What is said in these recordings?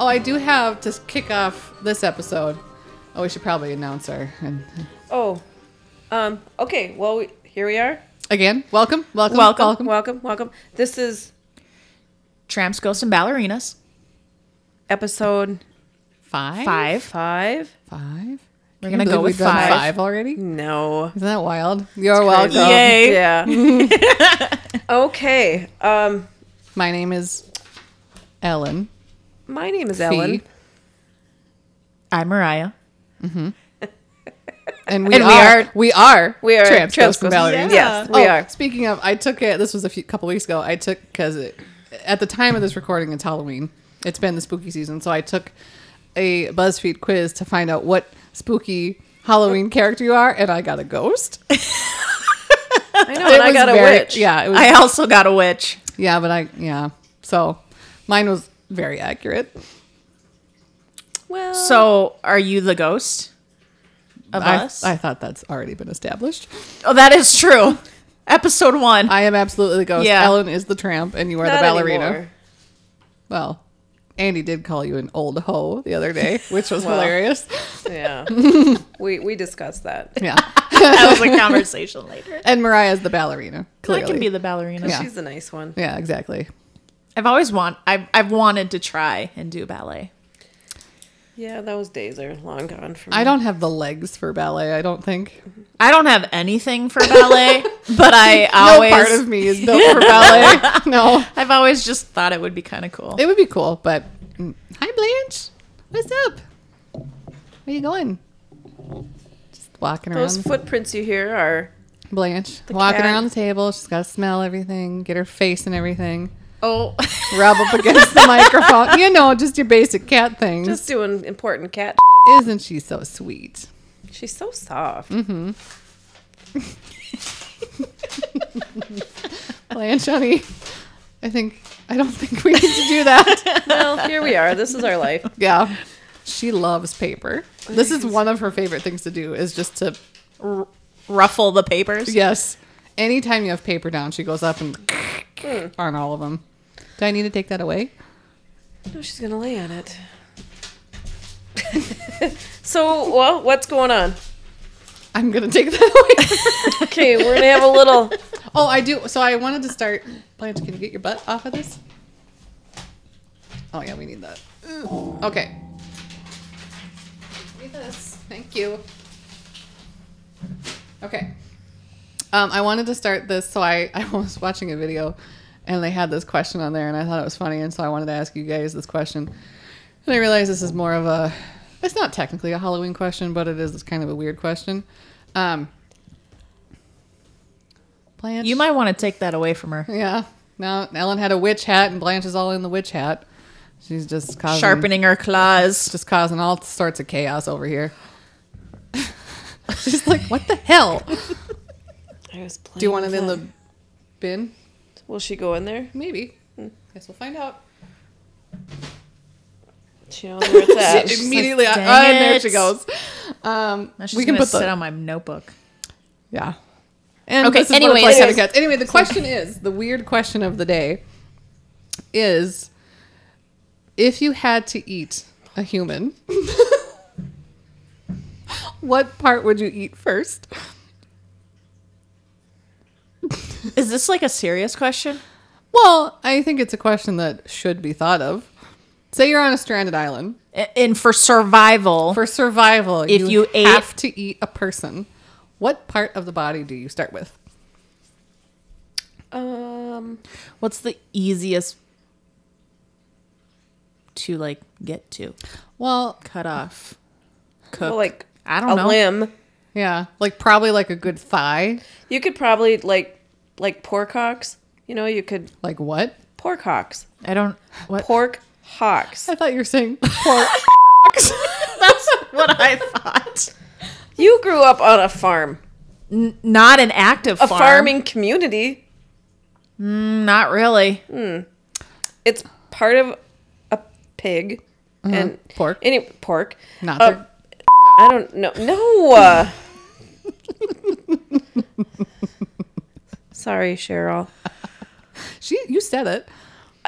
Oh, I do have to kick off this episode. Oh, we should probably announce her. And Oh, um, okay. Well, we, here we are. again, welcome, welcome, Welcome. Welcome, welcome, welcome. This is Tramps, Ghosts, and Ballerinas. episode Five, Five. five. five. We're Can't gonna go believe we've with done five. Mm. Five already. Isn't No. that wild? You're welcome. Yay. Yeah. okay. Um, My name is Ellen. my name is Fee, Ellen. I'm Mariah. And we And we are, are- we are we are tramps, ghosts, and Ghosts. ballerinas. Yes, we Oh, are. Speaking of, I took it. This was a few, couple weeks ago. I took because at the time of this recording, it's Halloween. It's been the spooky season, so I took a BuzzFeed quiz to find out what spooky Halloween character you are, and I got a ghost. I know. And I was got a very- witch. Yeah, it was, I also got a witch. yeah, but I yeah. So mine was very accurate. Well, So, are you the ghost of I, us? I thought that's already been established. oh, that is true. Episode one. I am absolutely the ghost. Yeah. Ellen is the tramp, and you are not the ballerina. anymore. Well, Andy did call you an old hoe the other day, which was Well. hilarious. Yeah. we we discussed that. Yeah. that was a conversation later. And Mariah's the ballerina. Clearly. I can be the ballerina. Yeah. She's a nice one. yeah, exactly. I've always want. I've I've wanted to try and do ballet. Yeah, those days are long gone for me. I don't have the legs for ballet, I don't think. I don't have anything for ballet, but I always No part of me is built for ballet. No. I've always just thought it would be kind of cool. It would be cool, but mm. hi Blanche. What's up? Where you going? Just walking around. Those footprints you hear are. Blanche. Walking cat. around the table. She's gotta smell everything, get her face and everything. oh, Rub up against the microphone. You know, just your basic cat things. Just doing important cat. Isn't she so sweet? shit. She's so soft. Blanche, honey. I think I don't think we need to do that. Well, here we are. This is our life. yeah. She loves paper. This is one of her favorite things to do is just to r- ruffle the papers. yes. Anytime you have paper down, she goes up and on all of them. Do I need to take that away? No, she's gonna lay on it. so, well, what's going on? I'm gonna take that away. Okay, we're gonna have a little. oh, I do. So I wanted to start. Blanche, can you get your butt off of this? Oh yeah, we need that. Okay. Give me this. Thank you. Okay. Um, I wanted to start this, so I, I was watching a video and they had this question on there, and I thought it was funny, and so I wanted to ask you guys this question. And I realized this is more of a, it's not technically a Halloween question, but it is kind of a weird question. Um, Blanche? You might want to take that away from her. Yeah. Now Ellen had a witch hat, and Blanche is all in the witch hat. She's just causing, Sharpening her claws. just causing all sorts of chaos over here. She's like, "What the hell? I was playing. Do you want it in with the bin? that. Will she go in there? Maybe. Hmm. Guess we'll find out." She knows where it's at. She's like, Immediately, "Dang ah, and there it." she goes. Um, Now she's we can gonna put sit the on my notebook. yeah. And Okay, This is one of anyways. Place Having Cats. Anyway, the question is the weird question of the day is if you had to eat a human, what part would you eat first? Is this like a serious question? Well, I think it's a question that should be thought of. Say you're on a stranded island A- And for survival, for survival. If you ate- have to eat a person, what part of the body do you start with? Um, what's the easiest to like get to? Well, Cut off. Cook. well, like I don't a know. limb. yeah, like probably like a good thigh. You could probably like, like pork hocks. You know, you could Like what? pork hocks. I don't. What? Pork hocks. I thought you were saying pork. That's what I thought. You grew up on a farm, N- not an active a farm. Mm, farming community. Not really. It's part of a pig and Mm-hmm. Pork. Any pork. Not Uh, pork. I don't know. No. uh. Sorry, Cheryl. She, you said it.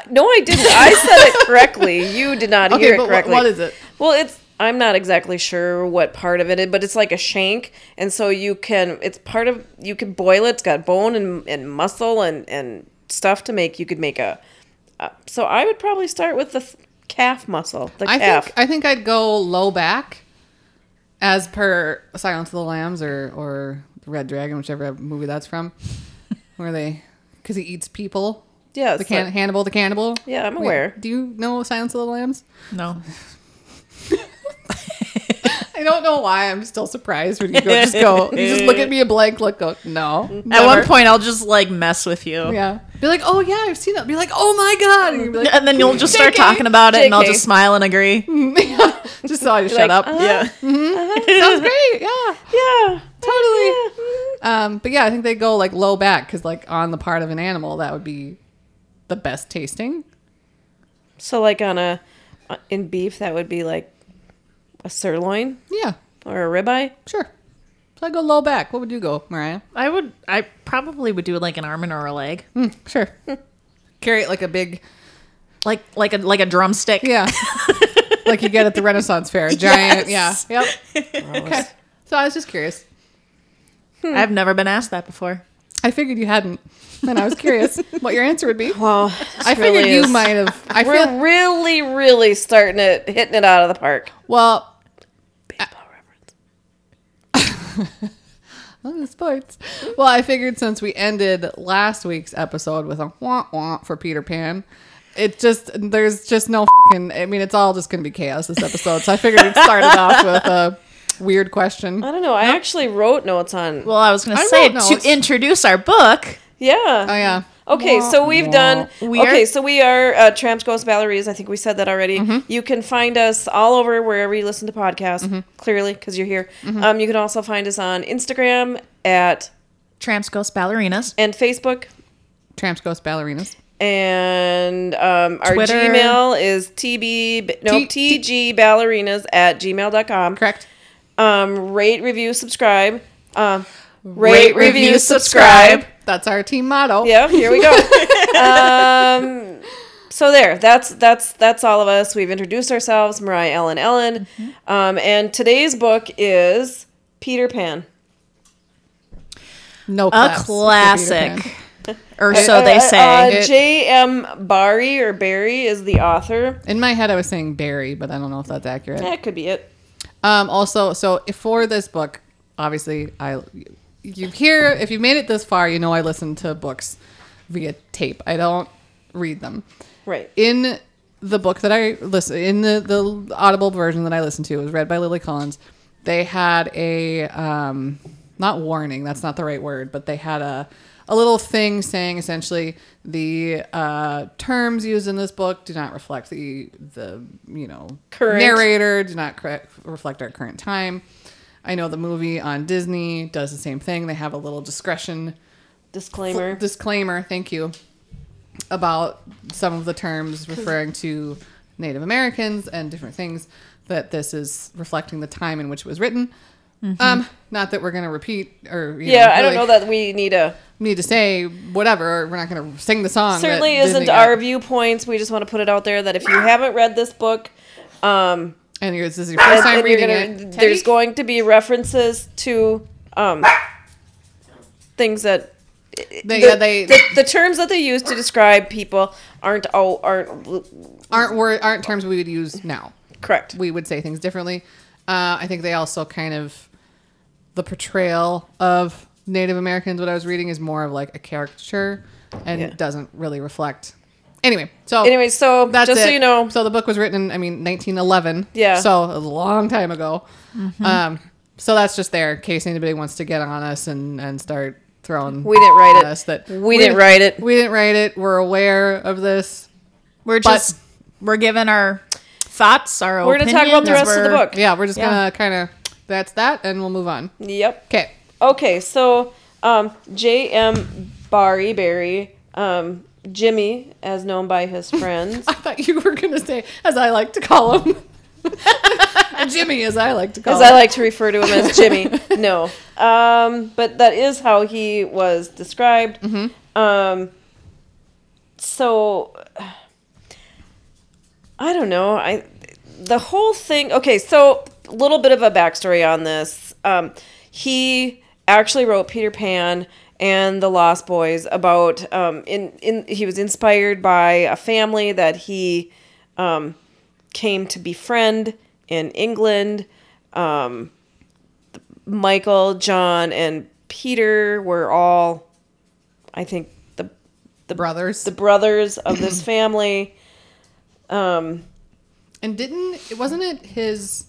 No, I didn't. I said it correctly. You did not Okay, hear it but what- correctly. what is it? Well, it's I'm not exactly sure what part of it is, but it's like a shank, and so you can it's part of you can boil it. It's got bone and, and muscle and and stuff to make. You could make a. Uh, so I would probably start with the th- calf muscle, the I calf. think I think I'd go low back, as per Silence of the Lambs or or Red Dragon, whichever movie that's from, where they because he eats people. yeah, The it's can- like- Hannibal, the cannibal. Yeah, I'm Wait, aware. do you know Silence of the Lambs? No. I don't know why I'm still surprised when you go just go. You just look at me a blank look. Go no. At never." one point, I'll just like mess with you. yeah. Be like, oh yeah, I've seen that. Be like, oh my god, and you'd be like, And then you'll just start JK, talking about it, and I'll JK. just smile and agree. Mm. just saw you shut like, up. uh-huh. Yeah. Sounds great. Yeah. yeah, Totally. mhm. Um, but yeah, I think they go like low back because like on the part of an animal that would be the best tasting. So like on a uh, in beef that would be like a sirloin Yeah, or a ribeye. sure. So I go low back. What would you go, Mariah? I would. I probably would do like an arm and or a leg, Mm, sure. Carry it like a big like like a like a drumstick. yeah, like you get at the Renaissance fair. Giant. Yes. Yeah. Yep. okay. So I was just curious. I've never been asked that before. I figured you hadn't, and I was curious what your answer would be. Well, I figured you might have. I We're feel really, really starting it, hitting it out of the park. well. Uh, Baseball reference. Oh, the sports. Well, I figured since we ended last week's episode with a wah wah for Peter Pan, it just there's just no fing I mean, it's all just gonna be chaos this episode. So I figured we'd start it off with a weird question. I don't know. I actually wrote notes on. Well, I was going I to say wrote notes. to introduce our book. yeah. Oh yeah, Okay, so we've done. We okay, are- so we are uh, Tramps, Ghosts, Ballerines. I think we said that already. Mm-hmm. You can find us all over wherever you listen to podcasts, clearly, because you're here. Mm-hmm. Um, you can also find us on Instagram at Tramps, ghosts, ballerinas. and Facebook. tramps, ghosts, ballerinas. And um, our Twitter. Gmail is tb, no, T- tgballerinas at gmail.com. Correct. Um, rate, review, subscribe. Um, Rate, review, subscribe. That's our team motto. Yeah, here we go. um, so there, that's that's that's all of us. We've introduced ourselves, Mariah, Ellen, Ellen, Mm-hmm. um, and today's book is Peter Pan. No A claps for Peter classic. Pan. Or so they Uh, uh, say. It- J.M. Barry or Barry is the author. In my head, I was saying Barry, but I don't know if that's accurate. That could be it. Um, also, so if for this book, obviously, I you hear if you made it this far, you know I listen to books via tape. I don't read them. Right. In the book that I listen in the the Audible version that I listened to it was read by Lily Collins. They had a um, not warning. That's not the right word, but they had a a little thing saying essentially the uh, terms used in this book do not reflect the the you know Current. narrator do not correct, reflect our current time. I know the movie on Disney does the same thing. They have a little discretion Disclaimer. disclaimer. Thank you. About some of the terms referring to Native Americans and different things that this is reflecting the time in which it was written. Um, not that we're going to repeat or you Mm-hmm. yeah, I don't really know that we need a. need to say whatever. Or we're not going to sing the song. that Certainly Disney isn't got. our viewpoints. We just want to put it out there that if you haven't read this book, um, And you're, this is your first time and you're reading gonna- it. There's Teddy? going to be references to um, things that They- the, yeah, they- the, the terms that they use to describe people aren't all aren't aren't wor- aren't terms we would use now. correct. we would say things differently. Uh, I think they also kind of the portrayal of Native Americans. What I was reading is more of like a caricature, and Yeah. it doesn't really reflect. Anyway, so Anyway, so that's just so it. you know, so the book was written. I mean, 1911. Yeah. so a long time ago. Um, so that's just there in case anybody wants to get on us and and start throwing. We didn't write at it. Us that We didn't write it. We didn't write it. We're aware of this. We're just we're giving our thoughts, our We're gonna talk about the opinions, rest of the we're- book. Yeah, we're just Yeah. gonna kind of that's that, and we'll move on. yep. Okay. Okay, so um, J.M. Barry Barry, um, Jimmy, as known by his friends. I thought you were going to say, as I like to call him. Jimmy, as I like to call As him. I like to refer to him as Jimmy. no. Um, but that is how Mm-hmm. he was described. Um, so I don't know. I the whole thing. Okay, so a little bit of a backstory on this. Um, he actually wrote Peter Pan and the Lost Boys about um, in in he was inspired by a family that he um, came to befriend in England. Um, Michael, John, and Peter were all, I think, the The brothers. the brothers of this family. and didn't it wasn't it his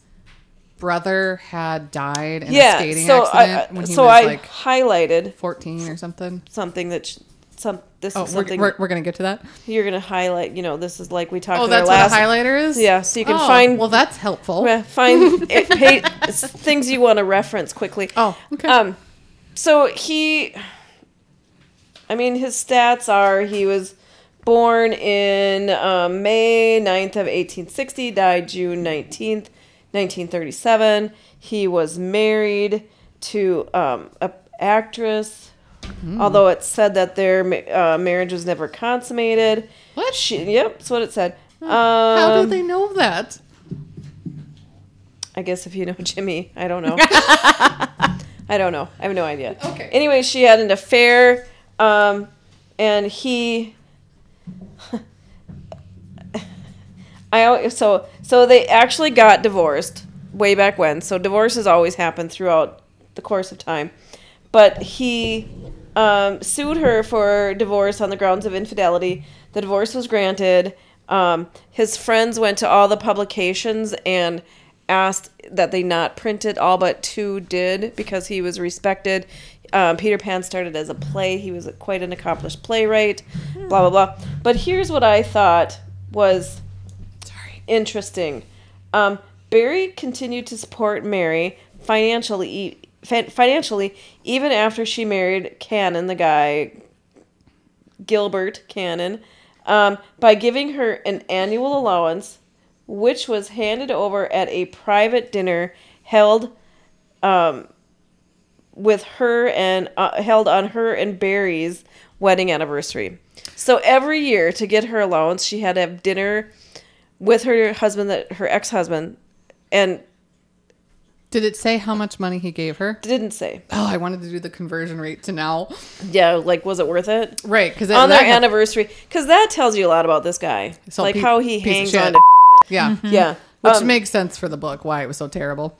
brother had died in a skating so accident I, when he so was I like highlighted 14 or something? something that sh- some this Oh, is we're, something we're, we're gonna get to that. you're gonna highlight. You know, this is like we talked. Oh, in our that's last, what a highlighter is. Yeah, so you can Oh, find- Well, that's helpful. Yeah, find it, pa- s- things you want to reference quickly. Oh, okay. Um, so he, I mean, his stats are he was born in um, May 9th of 1860, died June 19th, 1937. He was married to um, a actress. Hmm. Although it said that their ma- uh, marriage was never consummated. What? She, yep, that's what it said. Um, How do they know that? I guess if you know Jimmy, I don't know. I don't know. I have no idea. Okay. Anyway, she had an affair, um, and he. I al- so so they actually got divorced way back when. So divorces always happen throughout the course of time, but he um, sued her for divorce on the grounds of infidelity. The divorce was granted. Um, his friends went to all the publications and asked that they not print it. All but two did because he was respected. Um, Peter Pan started as a play. He was quite an accomplished playwright. Blah blah blah. But here's what I thought was interesting. Um, Barry continued to support Mary financially, e- fin- financially even after she married Cannon, the guy Gilbert Cannon, um, by giving her an annual allowance, which was handed over at a private dinner held um, with her and uh, held on her and Barry's wedding anniversary. So every year to get her allowance, she had to have dinner with her husband that her ex-husband and Did it say how much money he gave her? didn't say Oh, I wanted to do the conversion rate to now. yeah like was it worth it Right, because on their anniversary because that tells you a lot about this guy So like pe- how he piece of hangs shit. on to yeah, yeah which Um, makes sense for the book why it was so terrible.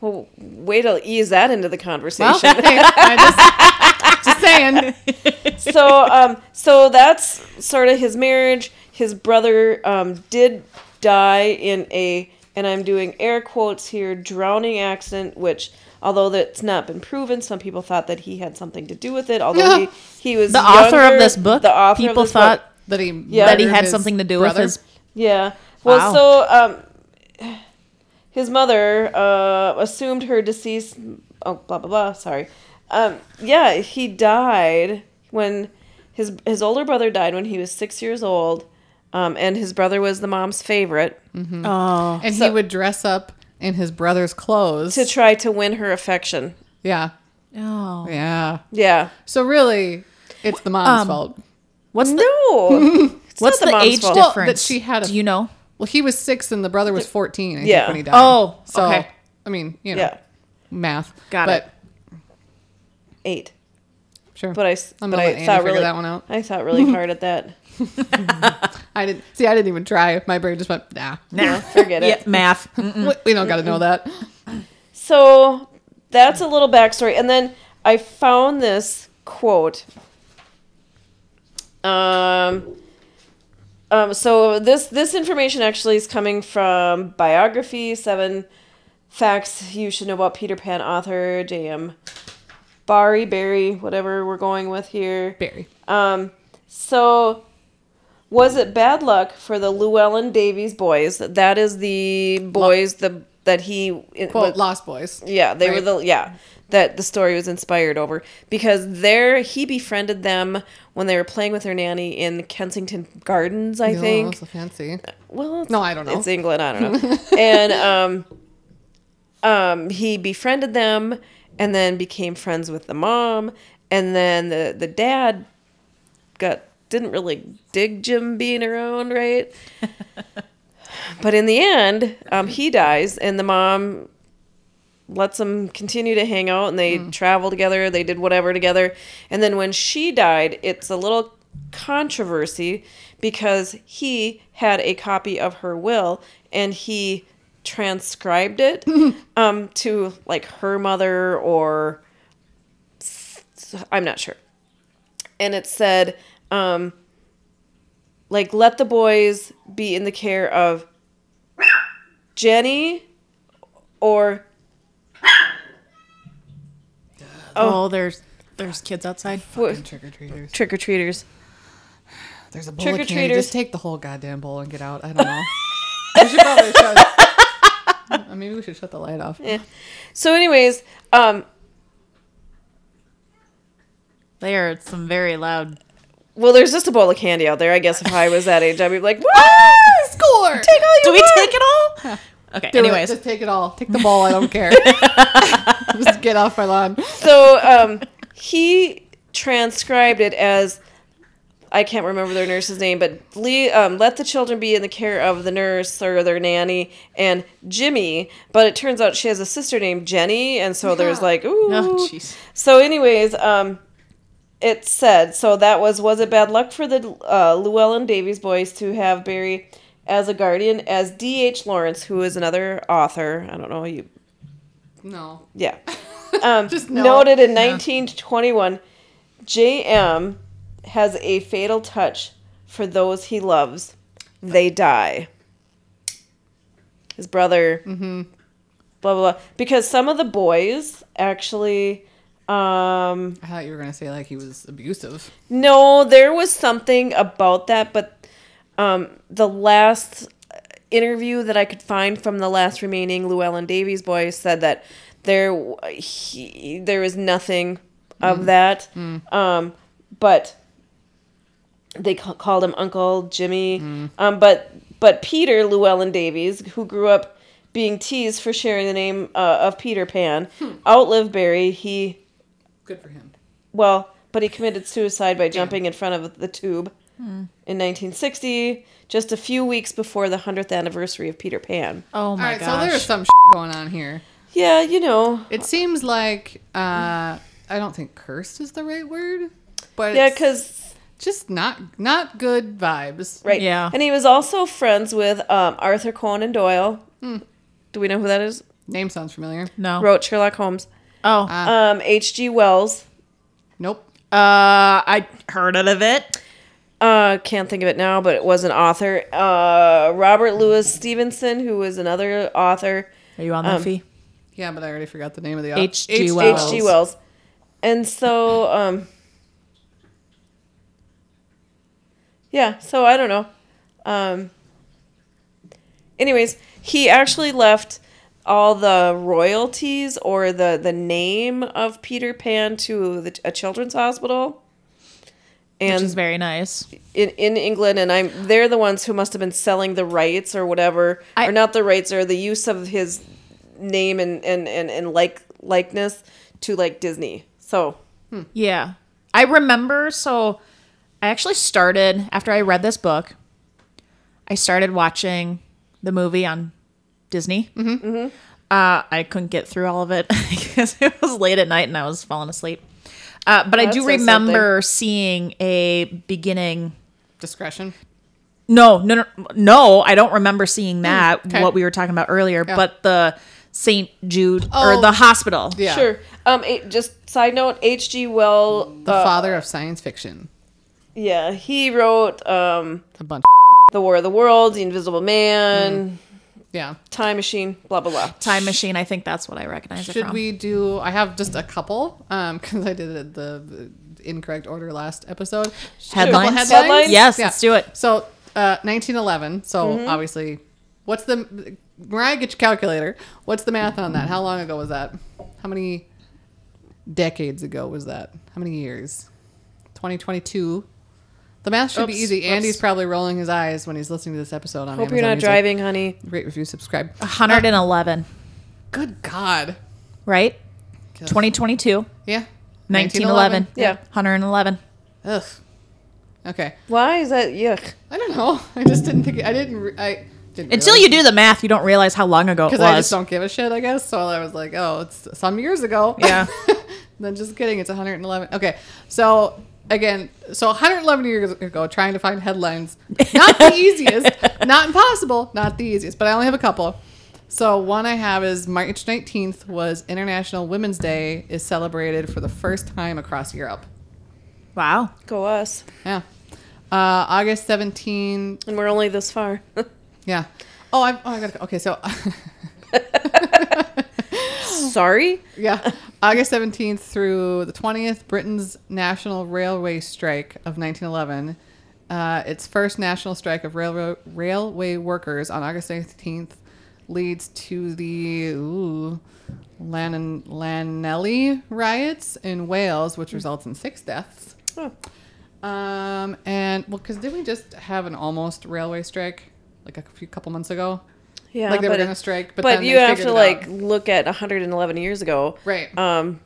well, way to ease that into the conversation Well, hey, I just, just saying. so um so that's sort of his marriage his brother um did die in a and i'm doing air quotes here drowning accident which although that's not been proven some people thought that he had something to do with it although he, he was The author of younger- this book, the author people of this thought book, That he That he murdered had his something to do brother. with his. yeah well Wow. so um his mother uh, assumed her deceased. Oh, blah blah blah. Sorry. Um, yeah, he died when his his older brother died when he was six years old, um, and his brother was the mom's favorite Oh, and he so- would dress up in his brother's clothes. to try to win her affection. yeah, oh. yeah. Yeah. So really, it's the mom's Um, fault. What's the No. It's what's not the, mom's age fault. difference? that she had a- Do you know? Well, he was six and the brother was fourteen. I Yeah. think, when he died. Oh, so okay. I mean, you know, Yeah. math. Got but, it. Eight. Sure, But I s- I'm gonna let but I Andy thought figure really that one out. I thought really hard at that. I didn't see. I didn't even try. My brain just went, nah. Yeah, forget it. Yeah, math. We, we don't got to know that. So that's a little backstory. And then I found this quote. Um, um, so this this information actually is coming from biography seven facts you should know about Peter Pan author J.M. Barry Barry whatever we're going with here. Barry. Um, so was it bad luck for the Llewellyn Davies boys? That is the boys the that he Quote, Lost Boys. yeah, they Right. were the yeah that the story was inspired over because there he befriended them when they were playing with their nanny in Kensington Gardens, I Oh, think. so fancy. Well, it's, No, I don't know. It's England. I don't know. and um, um, he befriended them, and then became friends with the mom, and then the the dad got didn't really dig Jim being around, right? But in the end, um, he dies, and the mom lets them continue to hang out, and they travel together. They did whatever together, and then when she died, it's a little controversy because he had a copy of her will, and he transcribed it um, to like her mother or I'm not sure and it said, um, like, let the boys be in the care of Jenny or Oh, there's there's kids outside. Fucking trick or treaters. trick or treaters. There's a bowl of candy. Trick-or-treaters. Just take the whole goddamn bowl and get out. I don't know. we should probably shut. Uh, Maybe we should shut the light off. So, anyways, um, They are some very loud. well, there's just a bowl of candy out there. I guess if I was that age, I'd be like, "What? Score. Take all you Do we want." take it all? Okay. Do it. anyways, just take it all. Take the ball. I don't care. just get off my lawn. so um, he transcribed it as I can't remember their nurse's name, but Lee, um, let the children be in the care of the nurse or their nanny and Jimmy. But it turns out she has a sister named Jenny, and so there's like, ooh. oh jeez. So, anyways, um, it said so that was was it bad luck for the uh, Llewellyn Davies boys to have Barry as a guardian as D. H. Lawrence, who is another author. I don't know you No. yeah. Um, Just no. Noted in 1921, J.M. has a fatal touch for those he loves. They die. His brother, Mm-hmm. blah, blah, blah. Because some of the boys actually. Um, I thought you were gonna say like he was abusive. no, there was something about that, but um, the last interview that I could find from the last remaining Llewellyn Davies boy said that there he, there was nothing of that, um, but they ca- called him Uncle Jimmy. Um, but but Peter Llewellyn Davies, who grew up being teased for sharing the name uh, of Peter Pan, outlived Barry. He Good for him. well, but he committed suicide by jumping in front of the tube Hmm. in 1960, just a few weeks before the 100th anniversary of Peter Pan. Oh All my right. So gosh. there's some going on here. Yeah, you know. It seems like uh, I don't think cursed is the right word, but Yeah, it's because, just not not good vibes. right. Yeah. And he was also friends with um, Arthur Conan Doyle. Do we know who that is? Name sounds familiar. Hmm. no. Wrote Sherlock Holmes. oh, uh, Ah. Um, H.G. Wells. Nope. I heard of it. Uh, can't think of it now, but it was an author. Uh, Robert Louis Stevenson, who was another author. Are you on that fee? Yeah, but I already forgot the name of the H.G. H- Wells. H.G. Wells. And so, um, yeah, so I don't know. Um, anyways, he actually left all the royalties or the, the name of Peter Pan to the, a children's hospital. Which And is very nice. in, in England, and I'm they're the ones who must have been selling the rights or whatever, I- or not the rights or the use of his name and and and, and like likeness to like Disney. So Yeah. I remember so I actually started after I read this book, I started watching the movie on Disney. Mm-hmm. Uh, I couldn't get through all of it because it was late at night and I was falling asleep. Uh, but I That do says remember seeing a beginning. Discretion. No, no, no, no. I don't remember seeing that. Hmm, okay. What we were talking about earlier, but the St. Jude Oh. or the hospital. Yeah. sure. Um, eh, just side note, H.G. Well, The uh, father of science fiction. yeah, he wrote um A bunch. the War of the Worlds, The Invisible Man, Yeah. Time Machine, blah blah blah. Time machine. I think that's what I recognize it Should from. we do? I have just a couple because I did it the, the incorrect order last episode. Should we do a couple Headlines? Headlines? Yes, let's do it. So, uh, 1911. So Mm-hmm. obviously, what's the Mariah? Get your calculator. What's the math on that? How long ago was that? How many decades ago was that? How many years? 2022. The math should be Oops, easy. oops. Andy's probably rolling his eyes when he's listening to this episode on. Hope Amazon you're not Music. driving, honey. Rate, review, subscribe. 111, Good God. right? 2022, Yeah. 1911. Yeah. 111. Ugh. Okay. Why is that? Yuck. I don't know. I just didn't think. I didn't. re- I Didn't Until realize. you do the math, you don't realize how long ago it was. Because I just don't give a shit, I guess. So I was like, oh, it's some years ago. Yeah. then just kidding. It's 111. Okay. So again, so 111 years ago, trying to find headlines. Not the easiest. Not impossible. Not the easiest. But I only have a couple. So one I have is March 19th was International Women's Day is celebrated for the first time across Europe. Wow. Go us. Yeah. Uh, August 17. And we're only this far. Yeah. Oh, I, oh, I got to. Okay. So. Sorry? Yeah. August 17th through the 20th, Britain's National Railway Strike of 1911. Uh, its first national strike of railroad railway workers on August 18th leads to the ooh, Lan- Lanelli riots in Wales, Hmm. which results in six deaths. Oh. Um, and well, because did we just have an almost railway strike like a few couple months ago? Yeah. Like they were but it- gonna strike, but but then you they have figured to it out. like look at 111 years ago. Right. Um,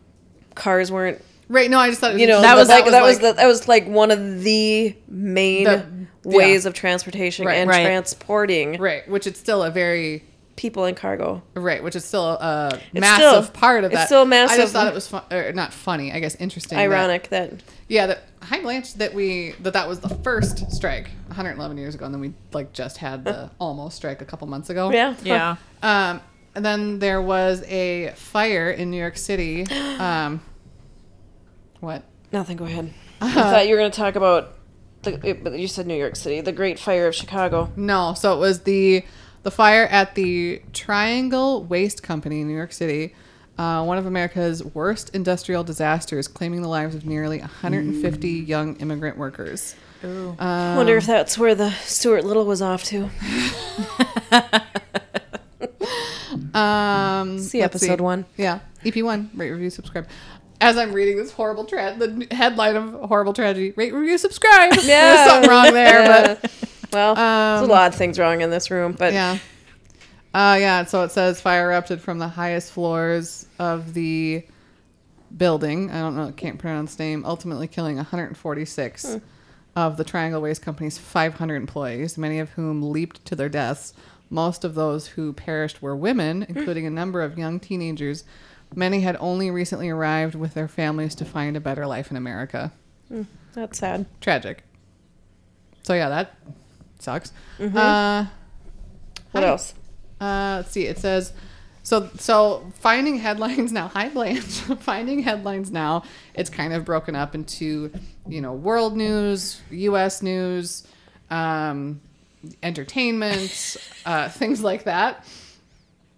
cars weren't. Right. No, I just thought it was You know that That was- was like that was that was like- the, that was like one of the main The- yeah. ways of transportation Right. and Right. transporting right, which it's still a very people and cargo. Right, which is still a It's massive still- part of it's that. still I massive. just thought it was fun, or not funny. I guess interesting. that- Ironic that yeah. That, hi Blanche. That we that that was the first strike 111 years ago, and then we like just had the almost strike a couple months ago. yeah Yeah. Um, and then there was a fire in New York City. Um, what? Nothing. Go ahead. Uh-huh. I thought you were going to talk about the. it- But you said New York City, the Great Fire of Chicago. No, so it was the the fire at the Triangle Waste Company in New York City, uh, one of America's worst industrial disasters, claiming the lives of nearly Mm. 150 young immigrant workers. Wonder if that's where the Stuart Little was off to. Um, See let's episode one. Yeah, EP one. Rate, review, subscribe. As I'm reading this horrible tra- the n- headline of horrible tragedy, rate, review, subscribe. Yeah, Yeah. there's something wrong there, but Well, there's Um, a lot of things wrong in this room, but Yeah. Uh, yeah. So it says fire erupted from the highest floors of the building. I don't know. Can't pronounce the name. Ultimately killing 146 Hmm. of the Triangle Waste Company's 500 employees, many of whom leaped to their deaths. Most of those who perished were women, Hmm. including a number of young teenagers. Many had only recently arrived with their families to find a better life in America that's sad. tragic. So yeah, that sucks. Uh, Mm-hmm. What hi. else? Uh, let's see. It says so. So finding headlines now. Hi, Blanche. finding headlines now. It's kind of broken up into you know world news, U.S. news, um, entertainment, uh, things like that.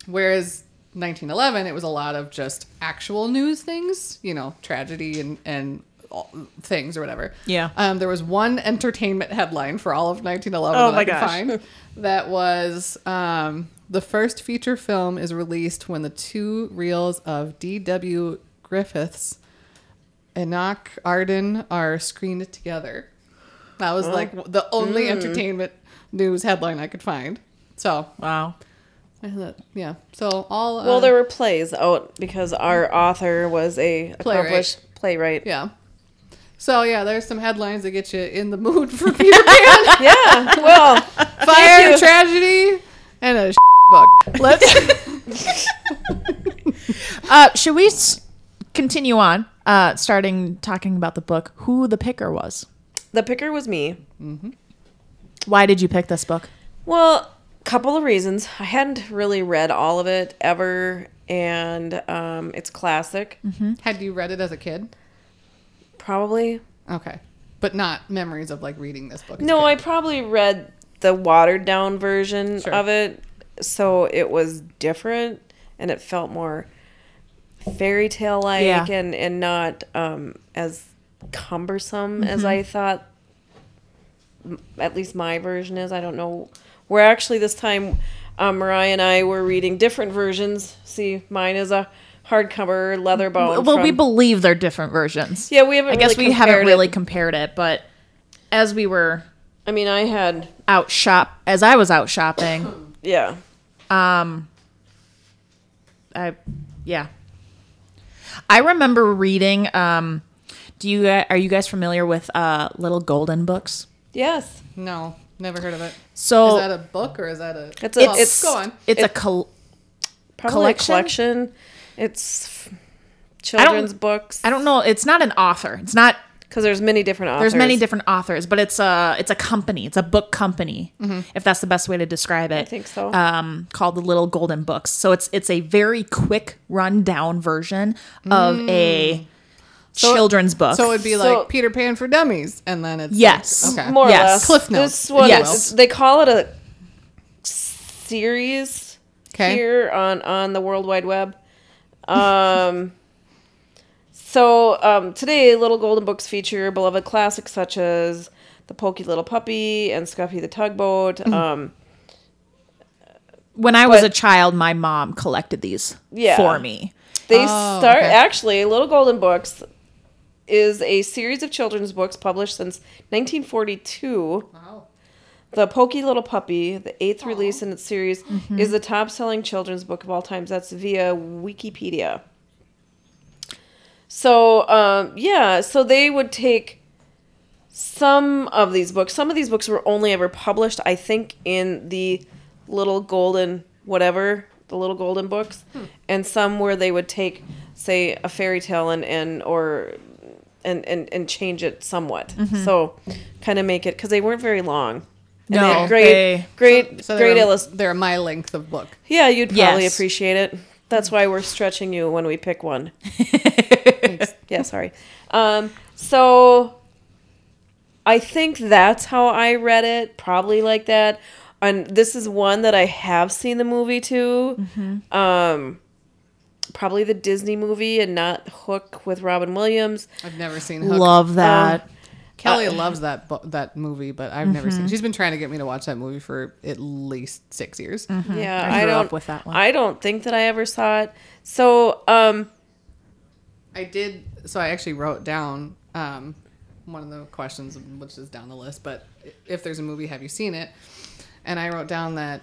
Whereas 1911, it was a lot of just actual news things, you know, tragedy and and all- things or whatever. Yeah. Um, there was one entertainment headline for all of 1911 Oh that my I could gosh. find that was um, the first feature film is released when the two reels of D.W. Griffiths, Enoch Arden are screened together. That was like Oh. the only Hmm. entertainment news headline I could find. So Wow. I thought, yeah. So all uh, Well, there were plays out because our author was a Playwright. accomplished playwright. yeah. So yeah, there's some headlines that get you in the mood for Peter Pan, Yeah, well, fire, you. tragedy, and a book. Let's Uh, should we s- continue on, uh, starting talking about the book, who the picker was? the picker was me. Why did you pick this book? Well, couple of reasons. I hadn't really read all of it ever, and um, it's classic, had you read it as a kid? probably. Okay, but not memories of like reading this book. as a No, kid. I probably read the watered down version Sure. of it, so it was different and it felt more fairy tale like Yeah. and and not um, as cumbersome Mm-hmm. as I thought. m- At least my version is. I don't know. We're actually this time, um, Mariah and I were reading different versions. See, mine is a hardcover leather bound. well, we from- believe they're different versions. yeah, we haven't. I guess really we haven't compared it. really compared it, but as we were I mean, I had out shop, as I was out shopping, yeah. I, yeah, I remember reading. Um, do you gu- are you guys familiar with uh, little golden uh, books? Yes. no. Never heard of it. Is So that a book or is that a? It's it's, a, it's go on. It's a It- col- probably collection? a collection. It's f- children's books I don't know. It's not an author. It's not. because there's many different authors. There's many different authors, but it's a it's a company. It's a book company, if that's the best way to describe it. Mm-hmm. I think so. um, called the Little Golden Books. So it's it's a very quick rundown version of a children's book. So it'd be So- like Peter Pan for dummies, and then it's like- Yes. okay. More Yes. or less. Cliff notes, This one, if you is- will. they call it a series 'Kay. here on on the World Wide Web. Um, so um, today, Little Golden Books feature beloved classics such as The Pokey Little Puppy and Scuffy the Tugboat. Mm-hmm. Um, when I was but- a child, my mom collected these Yeah. for me. They Oh, start okay. actually. Little Golden Books is a series of children's books published since 1942. Wow. The Pokey Little Puppy, the eighth release in its series, Mm-hmm. is the top-selling children's book of all times. That's via Wikipedia. So um, yeah, so they would take some of these books. Some of these books were only ever published, I think, in the little golden whatever, the little golden books, Hmm. and some where they would take, say, a fairy tale and and or and and, and change it somewhat. Mm-hmm. So kind of make it because they weren't very long. And they had No, great, they- great, So great they're, illus- they're my length of book. Yeah, you'd probably Yes. appreciate it. That's why we're stretching you when we pick one. yeah, sorry. Um, so I think that's how I read it, probably like that. And this is one that I have seen the movie too. Mm-hmm. Um, probably the Disney movie and not Hook with Robin Williams. I've never seen Hook. Love that. Kelly loves that bo- that movie, but I've never seen. She's been trying to get me to watch that movie for at least six years. Yeah, Uh-huh. I I, grew don't up with that one. I don't think that I ever saw it. So, um, I did. So I actually wrote down um, one of the questions, which is down the list. But if there's a movie, have you seen it? And I wrote down that.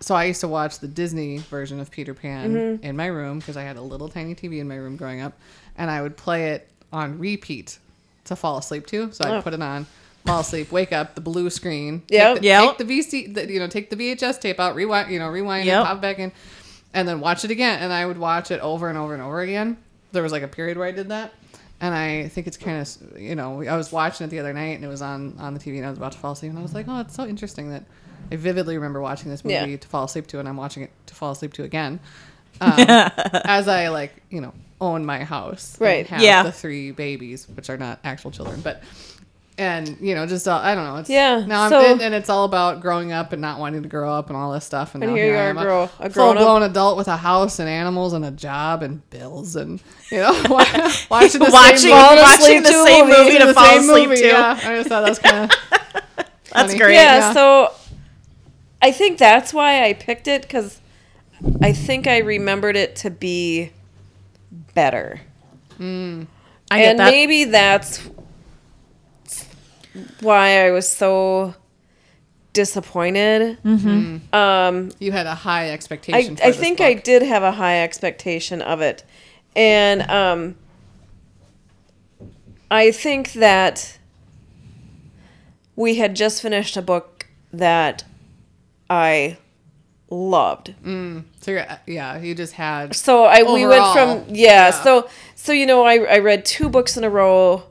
So I used to watch the Disney version of Peter Pan Mm-hmm. in my room because I had a little tiny TV in my room growing up, and I would play it on repeat to fall asleep to. So I'd Oh. put it on, fall asleep, wake up, the blue screen. take Yep. the- Yep. Take the VC, the, you know, take the VHS tape out, rewind, you know, rewind Yep. and pop back in, and then watch it again. And I would watch it over and over and over again. There was like a period where I did that, and I think it's kind of you know I was watching it the other night and it was on on the TV and I was about to fall asleep and I was like, oh, it's so interesting that I vividly remember watching this movie Yeah. to fall asleep to, and I'm watching it to fall asleep to again, um, as I like you know own my house, and Right. Have Yeah. The three babies, which are not actual children, but. And you know, just all, I don't know. It's, Yeah, Now I'm so- and it's all about growing up and not wanting to grow up and all this stuff. And, And now here you I are, am, grow- a full grown-up. blown adult with a house and animals and a job and bills and you know wa- watching the Watching- same movie, watching asleep the to a same movie. movie to the fall same asleep movie. to. Yeah, I just thought that was kind of That's great. yeah, Yeah. so I think that's why I picked it because I think I remembered it to be better. I get And that. maybe that's why I was so disappointed. Um, you had a high I, expectation. for I this think book. I did have a high expectation of it. And um, I think that we had just finished a book that I loved. So you're, yeah, you just had. So I we went Overall, from yeah, yeah. so so you know I I read two books in a row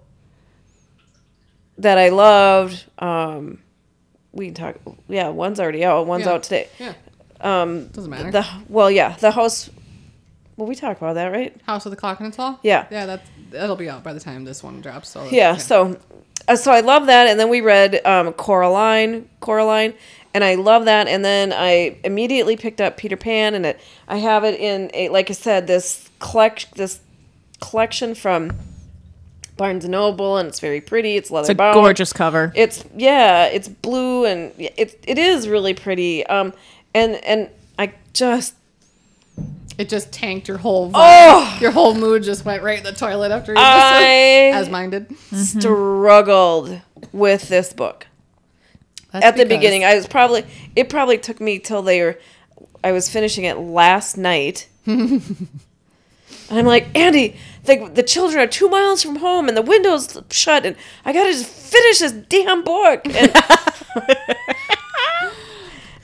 that I loved. Um we can talk yeah, one's already out, one's Yeah. out today. Yeah. Um. Doesn't matter. The well, yeah, the house. Well, we talked about that, right? House of the Clock and Its Wall. Yeah. Yeah. That's that'll be out by the time this one drops. So Yeah. So, uh, so I love that, and then we read um, Coraline, Coraline, and I love that, and then I immediately picked up Peter Pan, and it, I have it in a like I said this collect this collection from Barnes and Noble, and it's very pretty. It's leather it's a bound. gorgeous cover. It's yeah, it's blue and it it is really pretty. Um, and and I just it just tanked your whole. Vibe. Oh! Your whole mood just went right in the toilet after you. I as mine did. struggled with this book That's at the because- beginning. I was probably it probably took me till they were I was finishing it last night. and I'm like, Andy, the, the children are two miles from home and the window's shut and I gotta just finish this damn book. And I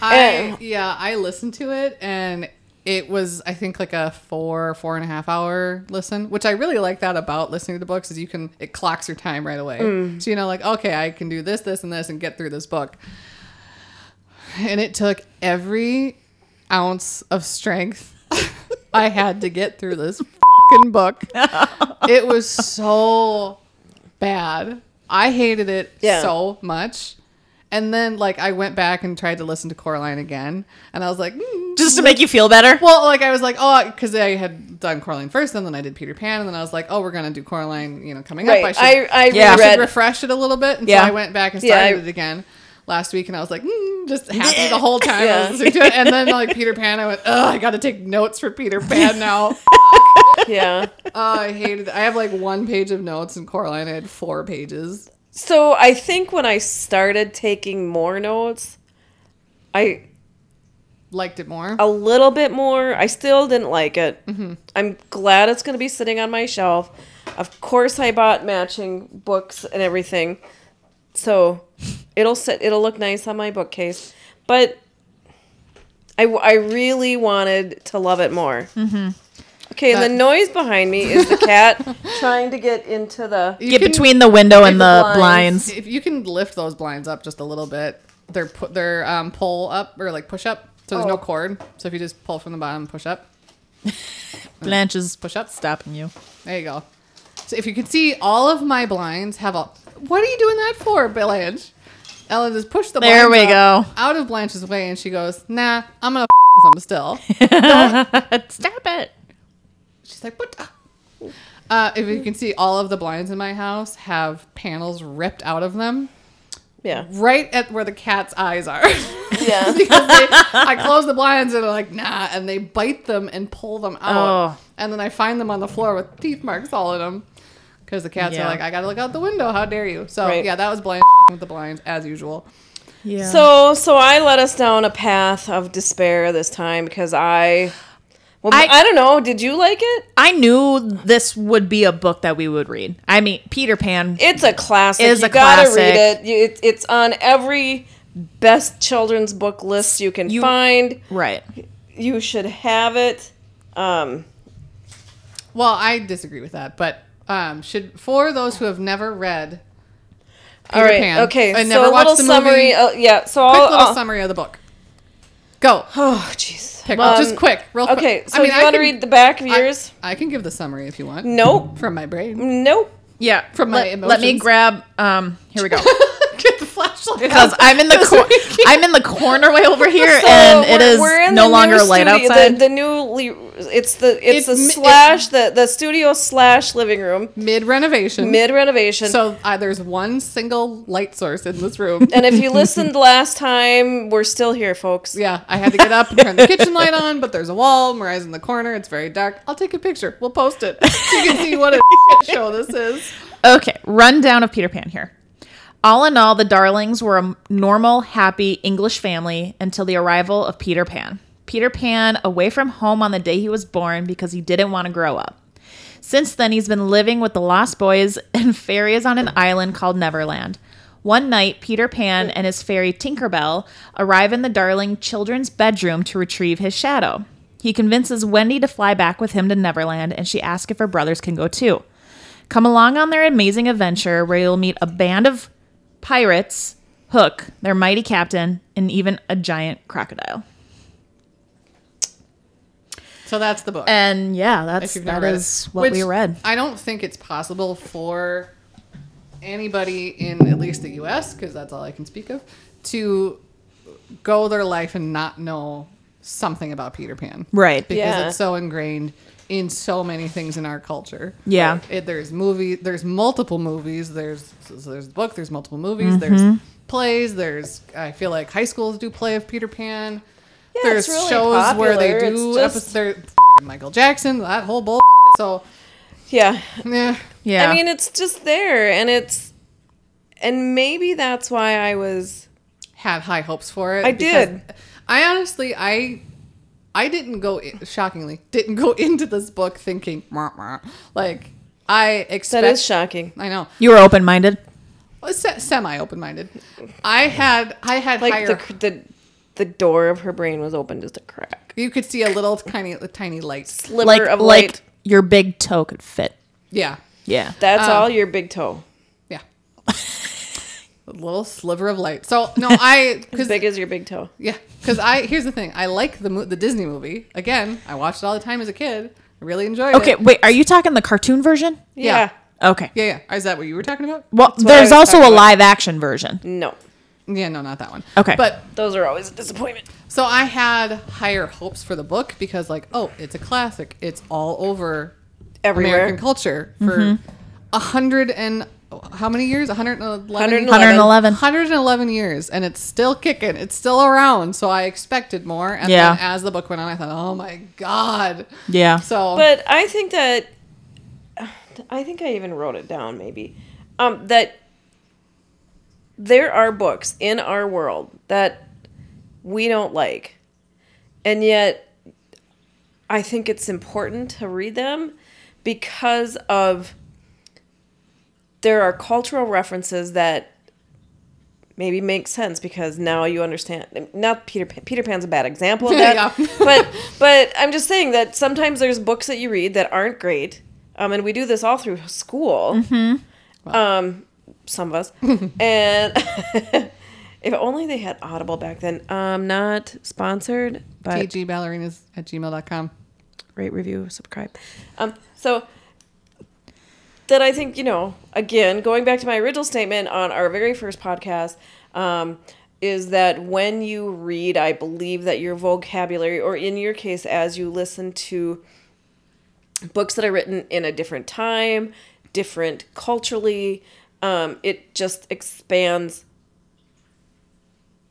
Eh. yeah, I listened to it and it was I think like a four four and a half hour listen, which I really like that about listening to the books is you can it clocks your time right away. So you know like okay, I can do this this and this and get through this book. And it took every ounce of strength I had to get through this fucking book. It was so bad. I hated it Yeah. so much. And then like I went back and tried to listen to Coraline again, and I was like, mm. Just to make you feel better. well, like I was like, oh, because I had done Coraline first, and then I did Peter Pan, and then I was like, oh, we're gonna do Coraline, you know, coming up. Right. I, I, Yeah. I should reread. refresh it a little bit. And Yeah. so I went back and Yeah, started I- it again last week, and I was like, mm, just happy the whole time. I Yeah. was listening to it. And then like Peter Pan, I went, oh, I got to take notes for Peter Pan now. yeah. oh, I hated. It. I have like one page of notes, and Coraline I had four pages. So I think when I started taking more notes, I Liked it more. a little bit more. I still didn't like it. I'm glad it's going to be sitting on my shelf. Of course, I bought matching books and everything, so it'll sit. It'll look nice on my bookcase. But I, w- I really wanted to love it more. Mm-hmm. Okay, and the That- noise behind me is the cat trying to get into the. You Get can- between the window and the the blinds. blinds. if you can lift those blinds up just a little bit, they're put their um, pull up or like push up. So there's Oh. no cord. So if you just pull from the bottom, push up, Blanche is push up. stopping you. There you go. So if you can see, all of my blinds have a. What are you doing that for, Blanche? Ella just pushed the There blinds we up, go. out of Blanche's way, and she goes, "Nah, I'm gonna f- with them still." Stop it. She's like, "What?" the-" Uh, if you can see, all of the blinds in my house have panels ripped out of them, Yeah. right at where the cat's eyes are. Yeah. because they, I close the blinds and they're like, nah, and they bite them and pull them out. Oh. And then I find them on the floor with teeth marks all in them because the cats Yeah. are like, I gotta look out the window. How dare you? So Right. yeah, that was blind with the blinds as usual. Yeah. So so I led us down a path of despair this time because I well I, I- don't know, did you like it? I knew this would be a book that we would read. I mean, Peter Pan. It's a classic. Is you a gotta classic. read it. You- it. It's on every best children's book list you can You- find. right. You should have it. Um Well, I disagree with that, but um, should for those who have never read, all right. Pan. Okay. I so never a watched little the summary. movie. Uh, yeah. So quick I'll, little I'll- summary of the book. Go, Oh jeez. pick Um, just quick, real quick. Okay. So you want to can- read the back of I- yours? I, can give the summary if you want. nope. From my brain. Nope. Yeah. From my let, let me emotions. grab. Um. Here we go. Get the flashlight. Because out. I'm in the cor- I'm in the corner way over here, So and it we're- is we're in no the new longer light studio- outside. The, the new le- it's the It's it's, the mi- it- slash the the studio slash living room mid renovation. mid renovation. So uh, there's one single light source in this room. and if you listened last time, we're still here, folks. yeah, I had to get up and turn the kitchen light on, but there's a wall. Mariah's in the corner. It's very dark. I'll take a picture. We'll post it so you can see what a shit show this is. Okay, rundown of Peter Pan here. All in all, the Darlings were a normal, happy English family until the arrival of Peter Pan. Peter Pan away from home on the day he was born because he didn't want to grow up. Since then, he's been living with the Lost Boys and fairies on an island called Neverland. One night, Peter Pan and his fairy Tinkerbell arrive in the darling children's bedroom to retrieve his shadow. He convinces Wendy to fly back with him to Neverland, and she asks if her brothers can go too. Come along on their amazing adventure where you'll meet a band of pirates, Hook, their mighty captain, and even a giant crocodile. So that's the book. And yeah, if that's you've that never read is it. what we Which read. I don't think it's possible for anybody in at least the U.S. because that's all I can speak of to go their life and not know something about Peter Pan. Right. because Yeah. it's so ingrained in so many things in our culture. Yeah. Like, it, there's movie, there's multiple movies, there's so there's the book, there's multiple movies, Mm-hmm. there's plays, there's I feel like high schools do play of Peter Pan. Yeah, there's it's really shows where they popular. do It's just- episodes. There, f***ing Michael Jackson, that whole bull. So eh, Yeah. yeah, Yeah. I mean, it's just there, and it's and maybe that's why I was had high hopes for it. I because did. I honestly, I. I didn't go i- shockingly didn't go into this book thinking "Mwah, mwah." like I that expect is shocking. I know you were open minded. well, se- semi open minded. I had I had Like higher. the, cr- the the door of her brain was open just a crack. you could see a little tiny tiny light. Sliver like of like light. your big toe could fit. Yeah, Yeah. That's all your big toe. yeah. a little sliver of light. So no, I As because big as your big toe. Yeah, because I here's the thing. I like the mo- the Disney movie. Again, I watched it all the time as a kid. I really enjoyed okay, it. wait, are you talking the cartoon version? Yeah. Yeah. Okay. Yeah, yeah. Is that what you were talking about? Well, what I there's was also talking a about. live action version. No. Yeah, no, not that one. Okay. But Those are always a disappointment. so I had higher hopes for the book because like, oh, it's a classic. It's all over Everywhere. American culture for a Mm-hmm. hundred and how many years? 111, 111. 111. 111 years and it's still kicking. It's still around. So I expected more. And Yeah. then as the book went on, I thought, oh my God. Yeah. So But I think that I think I even wrote it down maybe. Um, that there are books in our world that we don't like. And yet I think it's important to read them because of there are cultural references that maybe make sense because now you understand. Not Peter Pan, Peter Pan's a bad example of that, Yeah. but but I'm just saying that sometimes there's books that you read that aren't great, um, and we do this all through school. Um, some of us, and if only they had Audible back then. Um, not sponsored, but tgballerinas at gmail.com. rate, review, subscribe. Um, so that I think you know again going back to my original statement on our very first podcast um, is that when you read, I believe that your vocabulary, or in your case, as you listen to books that are written in a different time, different culturally, um, it just expands.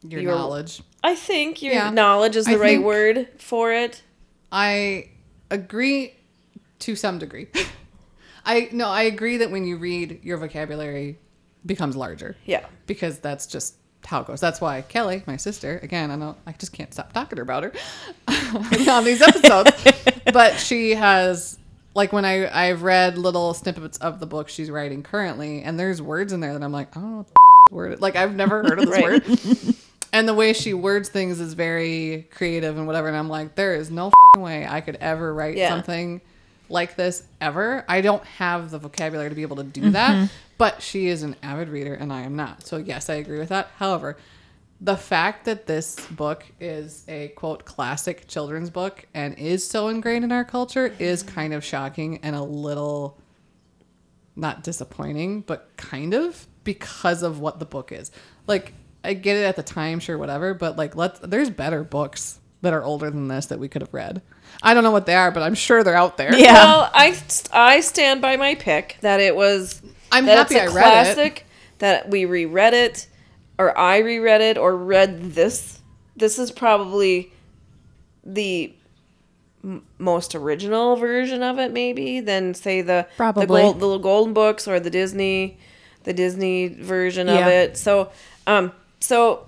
your your- knowledge. I think your Yeah. knowledge is the I right think- word for it. I agree to some degree. I no, I agree that when you read, your vocabulary becomes larger. Yeah. Because that's just how it goes. That's why Kelly, my sister, again, I know I just can't stop talking to her about her on these episodes. but she has like when I I've read little snippets of the book she's writing currently, and there's words in there that I'm like, I don't know what the word. is." Like I've never heard of this Right. word. And the way she words things is very creative and whatever. And I'm like, there is no fing way I could ever write Yeah. something like this ever. I don't have the vocabulary to be able to do that. But she is an avid reader and I am not. So, yes, I agree with that. However, the fact that this book is a quote classic children's book and is so ingrained in our culture is kind of shocking and a little not disappointing, but kind of because of what the book is. Like I get it at the time, sure, whatever, but like let's there's better books that are older than this that we could have read. I don't know what they are, but I'm sure they're out there. Yeah. Well, I st- I stand by my pick that it was. I'm that it's happy a I read it. That we reread it, or I reread it, or read this. This is probably the m- most original version of it, maybe than say the the, Probably. gold, the little golden books or the Disney, the Disney version of Yeah. it. So, um, so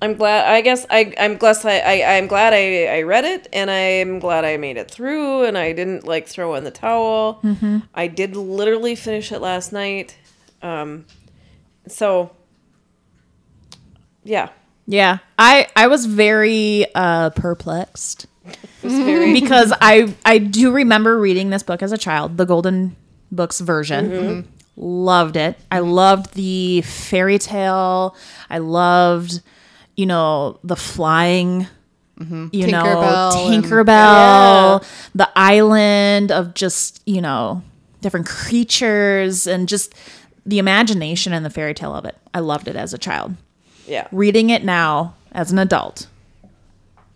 I'm glad. I guess I, I'm glad. I, I I'm glad I, I read it, and I'm glad I made it through, and I didn't like throw in the towel. Mm-hmm. I did literally finish it last night. Um, so yeah, Yeah. I I was very uh perplexed it was very because I I do remember reading this book as a child, the Golden Books version. Mm-hmm. Loved it. I loved the fairy tale. I loved, you know, the flying. Mm-hmm. You know, Tinkerbell and- Tinkerbell, the island of just you know different creatures and just the imagination and the fairy tale of it. I loved it as a child yeah. reading it now as an adult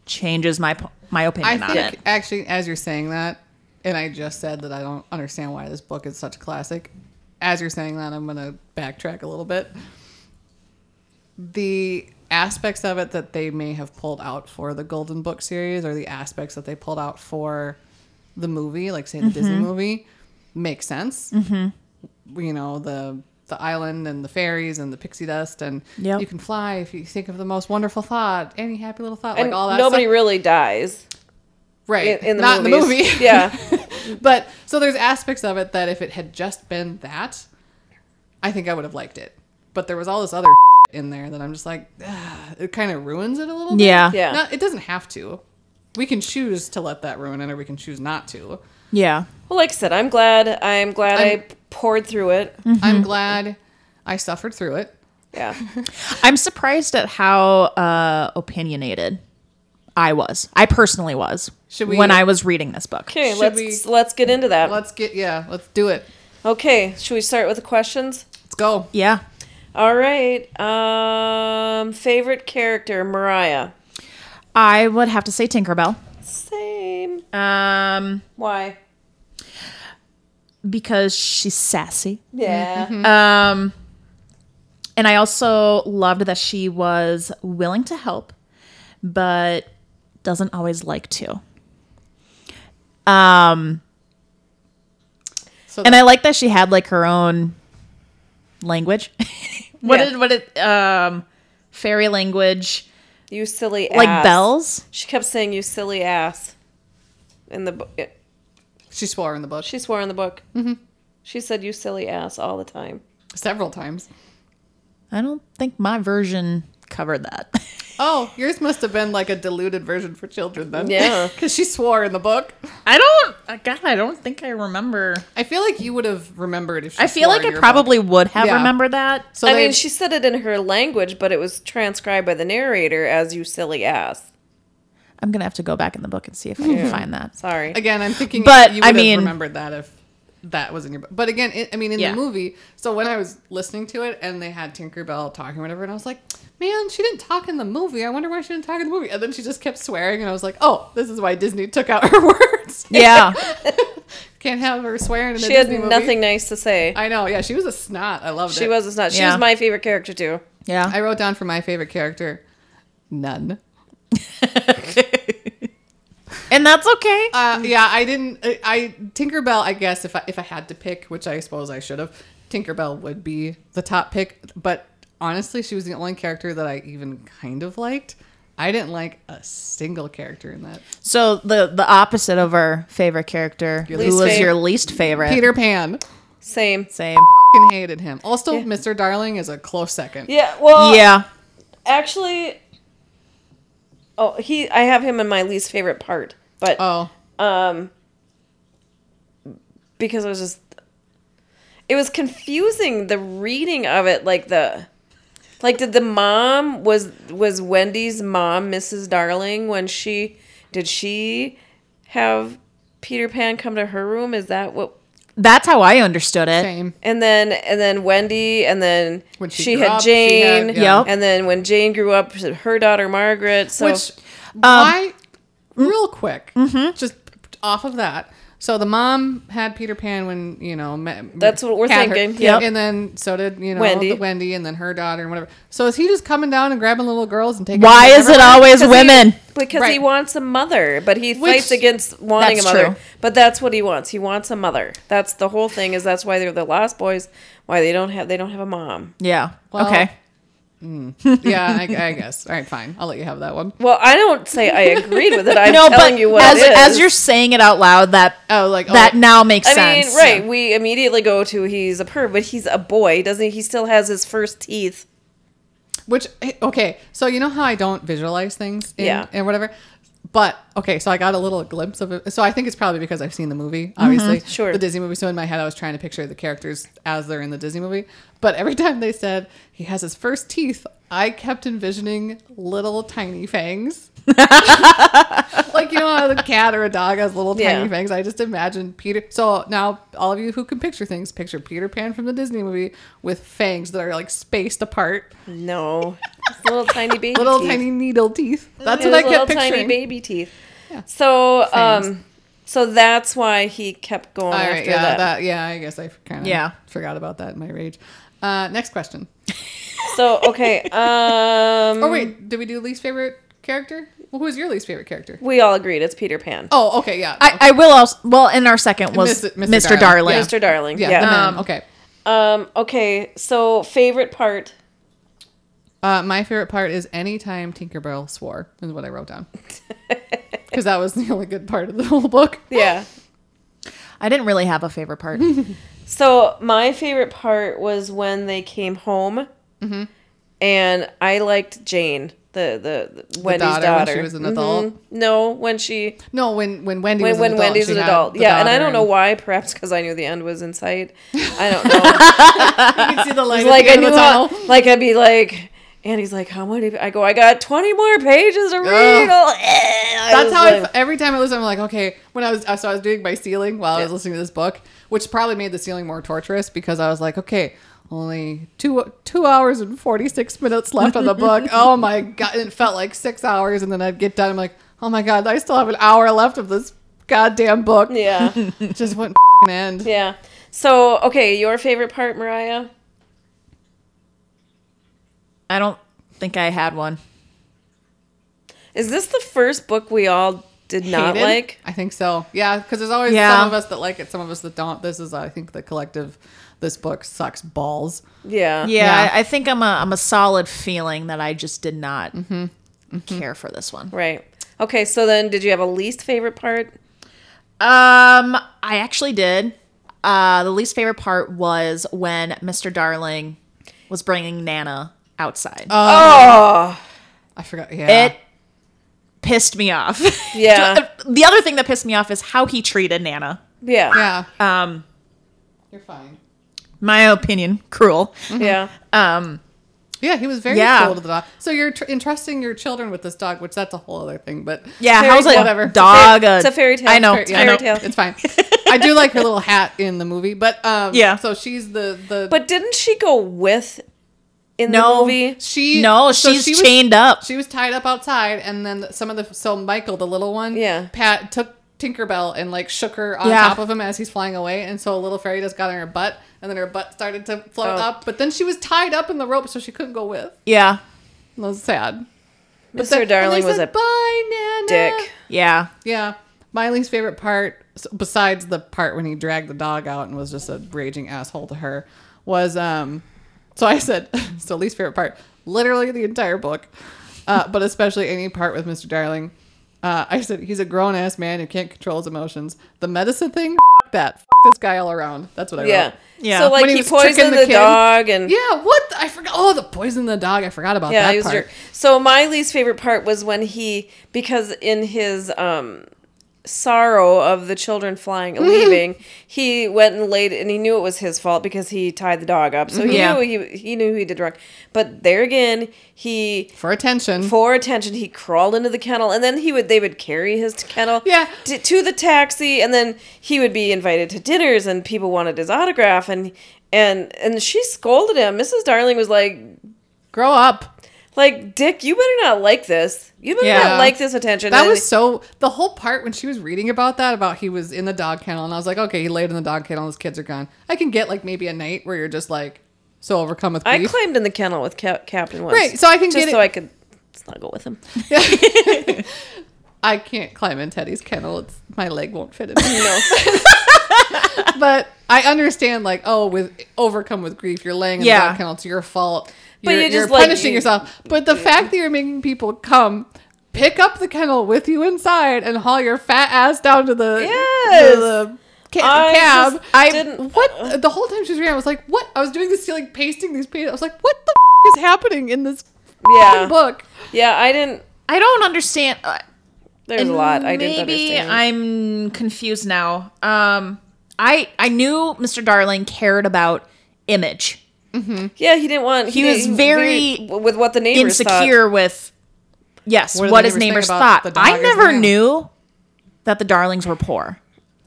changes my po- my I opinion on think it. actually as you're saying that, and I just said that I don't understand why this book is such a classic. As you're saying that, I'm gonna backtrack a little bit. The aspects of it that they may have pulled out for the Golden Book series or the aspects that they pulled out for the movie, like say Mm-hmm. the Disney movie, make sense. Mm-hmm. You know, the the island and the fairies and the pixie dust and Yep. you can fly if you think of the most wonderful thought, any happy little thought, And like all that nobody stuff. really dies in, right in the not in the movies. movie yeah, but so there's aspects of it that if it had just been that, I think I would have liked it. But there was all this other in there that I'm just like, ah, it kind of ruins it a little bit. Yeah. Yeah. No, it doesn't have to. We can choose to let that ruin it, or we can choose not to. Yeah. Well, like I said, I'm glad. I'm glad i I'm- poured through it. I'm glad I suffered through it. Yeah. I'm surprised at how uh, opinionated I was. I personally was Should we- when I was reading this book. Okay, Should let's we- let's get into that. Let's get yeah, let's do it. Okay, should we start with the questions? Let's go. Yeah. All right. Um, favorite character, Mariah. I would have to say Tinkerbell. Same. Um, Why? because she's sassy. Yeah. Mm-hmm. Um, and I also loved that she was willing to help, but doesn't always like to. Um, So and I like that she had like her own language. what Yeah. did what did um fairy language You silly ass. like bells? She kept saying you silly ass. In the book, she swore in the book she swore in the book. Mm-hmm. She said you silly ass all the time. several times. I don't think my version covered that. Oh, yours must have been like a diluted version for children then. Yeah. Because she swore in the book. I don't. God, I don't think I remember. I feel like you would have remembered if she I feel swore like in I your book. probably would have Yeah. remembered that. So I they- mean, she said it in her language, but it was transcribed by the narrator as you silly ass. I'm gonna have to go back in the book and see if I can find that. Sorry. Again, I'm thinking But, you would I have mean- remembered that if that was in your book. But again, it, I mean, in Yeah. the movie, so when I was listening to it and they had Tinkerbell talking or whatever, and I was like, man, she didn't talk in the movie. I wonder why she didn't talk in the movie. And then she just kept swearing, and I was like, oh, this is why Disney took out her words. Yeah. Can't have her swearing in a She had Disney movie. nothing nice to say. I know. Yeah, she was a snot. I loved it. She was a snot. She Yeah. was my favorite character too. Yeah. I wrote down for my favorite character, none. and that's okay. Uh, yeah, I didn't. I, I Tinkerbell. I guess if I if I had to pick, which I suppose I should have, Tinkerbell would be the top pick. But honestly, she was the only character that I even kind of liked. I didn't like a single character in that. So the the opposite of our favorite character, who least was fav- your least favorite? Peter Pan, Same. Same. fing hated him. Also, Mr. Darling is a close second. Yeah. Well. yeah. Actually. Oh, he. I have him in my least favorite part, but Oh, because it was just. It was confusing the reading of it, like the, like did the mom was was Wendy's mom Mrs. Darling when she did she have Peter Pan come to her room? Is that what That's how I understood it. same. And then and then Wendy and then When she she, grew had up, she Jane. had- yeah. Yep. And then when Jane grew up, her daughter Margaret. So Which, um, why, real quick, Mm-hmm. just off of that. So the mom had Peter Pan when you know. ma- That's what we're had her- thinking, yep. and then so did you know Wendy. Wendy, Wendy, and then her daughter and whatever. So is he just coming down and grabbing little girls and taking? Why them is it everywhere? always Because he- women? because he Right. wants a mother, but he Which- fights against wanting a That's mother. true. But that's what he wants. He wants a mother. That's the whole thing. Is that's why they're the Lost Boys. Why they don't have they don't have a mom. yeah. Well- okay. yeah, I, I guess. All right, fine. I'll let you have that one. Well, I don't say I agreed with it. I'm No, telling but you what as it as is. you're saying it out loud, that Oh, like oh, that now makes I sense. mean, right? We immediately go to he's a perv, but he's a boy, doesn't he? He still has his first teeth. Which eh, okay, so you know how I don't visualize things, in, Yeah. and whatever. But okay, so I got a little glimpse of it. So I think it's probably because I've seen the movie, obviously, Mm-hmm, Sure. the Disney movie. So in my head, I was trying to picture the characters as they're in the Disney movie. But every time they said he has his first teeth, I kept envisioning little tiny fangs, like you know, how the cat or a dog has little Yeah. tiny fangs. I just imagined Peter. So now, all of you who can picture things, picture Peter Pan from the Disney movie with fangs that are like spaced apart No, It's little tiny baby, little teeth. tiny needle teeth. That's It what I was kept little picturing. tiny baby teeth. So, Fangs. um, so that's why he kept going All after right, yeah, that. that. yeah, I guess I kind of Yeah. forgot about that in my rage. Uh, next question. So, okay, um, Oh wait, did we do least favorite character? Well, who is your least favorite character? we all agreed it's Peter Pan, Oh, okay, yeah, I, I will also. Well, and our second was Mr. Mr. Mr. Darling. Darling. Mr. Darling. yeah, Uh-huh. Yeah. the man. okay. Um, okay, so favorite part. Uh, my favorite part is anytime Tinkerbell swore is what I wrote down because that was the only good part of the whole book. Yeah. I didn't really have a favorite part. So my favorite part was when they came home Mm-hmm. and I liked Jane, the the, the Wendy's daughter, when daughter. she was an adult? Mhm. No, when she No, when when Wendy when, was when an adult, Wendy's she an had adult. the Yeah, and I daughter don't know and- why. Perhaps because I knew the end was in sight. I don't know. You can see the light. like I knew, how, like I'd be like. And he's like, "How many?" I go, "I got twenty more pages to read." Oh, eh. I That's was how I like- f every time I listen, I'm like, okay. When I was so I was doing my ceiling while I was listening to this book, which probably made the ceiling more torturous because I was like, okay, only two two hours and forty six minutes left on the book. Oh my god, and it felt like six hours, and then I'd get done. I'm like, oh my god, I still have an hour left of this goddamn book. Yeah, It just wouldn't fing end. yeah. So, okay, your favorite part, Mariah? I don't think I had one. Is this the first book we all did not Hated? like? I think so. Yeah, because there's always Yeah. some of us that like it, some of us that don't. This is, I think, the collective. This book sucks balls. Yeah. Yeah, Yeah. I, I think I'm a I'm a solid feeling that I just did not Mm-hmm. care for this one. Right. Okay, so then did you have a least favorite part? Um, I actually did. Uh, the least favorite part was when Mr. Darling was bringing Nana outside. I forgot. Yeah, It pissed me off. Yeah. the other thing that pissed me off is how he treated Nana. Yeah. yeah. Um, You're fine. my opinion, cruel. Yeah. Um, Yeah, he was very Yeah. cool to the dog. So you're tr- entrusting your children with this dog, which that's a whole other thing. But yeah, Fairy how's tale, a whatever. dog? It's a fairy tale. I know. It's a I know. fairy tale. It's fine. I do like her little hat in the movie, but um, Yeah. So she's the the But didn't she go with in No. the movie? she no, so she's she was- chained up. She was tied up outside, and then some of the so Michael, the little one, Yeah. Pat took Tinkerbell and like shook her on Yeah. top of him as he's flying away, and so little fairy just got on her butt, and then her butt started to float Oh. up, but then she was tied up in the rope, so she couldn't go with. Yeah, That was sad. But Mr. then- and they Darling was said, a bye, Nana. dick. yeah. Yeah, my least favorite part, s- besides the part when he dragged the dog out and was just a raging asshole to her, was um. So I said, so least favorite part, literally the entire book, uh, but especially any part with Mr. Darling. Uh, I said he's a grown ass man who can't control his emotions. The medicine thing, f- that, f- this guy all around. That's what I Yeah. wrote. Yeah. So like When he he, was tricking poisoned the the, kid. dog and Yeah, what? the- I forgot. Oh, the poison the dog. I forgot about yeah, that he was a part. jerk. So my least favorite part was when he because in his um sorrow of the children flying Mm-hmm. leaving, he went and laid and he knew it was his fault because he tied the dog up. So he Yeah. knew he he knew he did wrong. But there again, he For attention. for attention he crawled into the kennel and then he would they would carry his kennel Yeah. to, to the taxi and then he would be invited to dinners and people wanted his autograph and and and she scolded him mrs darling was like Grow up. like dick you better not like this you better Yeah. not like this attention That And- was so the whole part when she was reading about that about he was in the dog kennel and I was like, okay, he laid in the dog kennel, his kids are gone. I can get like maybe a night where you're just like so overcome with i grief. climbed in the kennel with Cap- captain once Right, so I can just get so it- i could snuggle with him I can't climb in Teddy's kennel; it's my leg won't fit in. no but I understand, like, oh, with overcome with grief, you're laying in the Yeah. dog kennel; it's your fault. But You're, you're you're just, like, punishing you- yourself. But the fact that you're making people come. Pick up the kennel with you inside and haul your fat ass down to the, Yes. to the ca- I cab. just I didn't- what the whole time she was reading, I was like, "What?" I was doing this, like pasting these pages. I was like, "What the f- is happening in this Yeah. book?" yeah i didn't I don't understand. uh, there's a lot i didn't Maybe understand I'm confused now. Um, I I knew Mr. Darling cared about image, yeah he didn't want He was didn't- very with what the neighbors thought. insecure with yes, What do what, the his neighbors neighbors think thought. about the I dog is never now? knew that the Darlings were poor.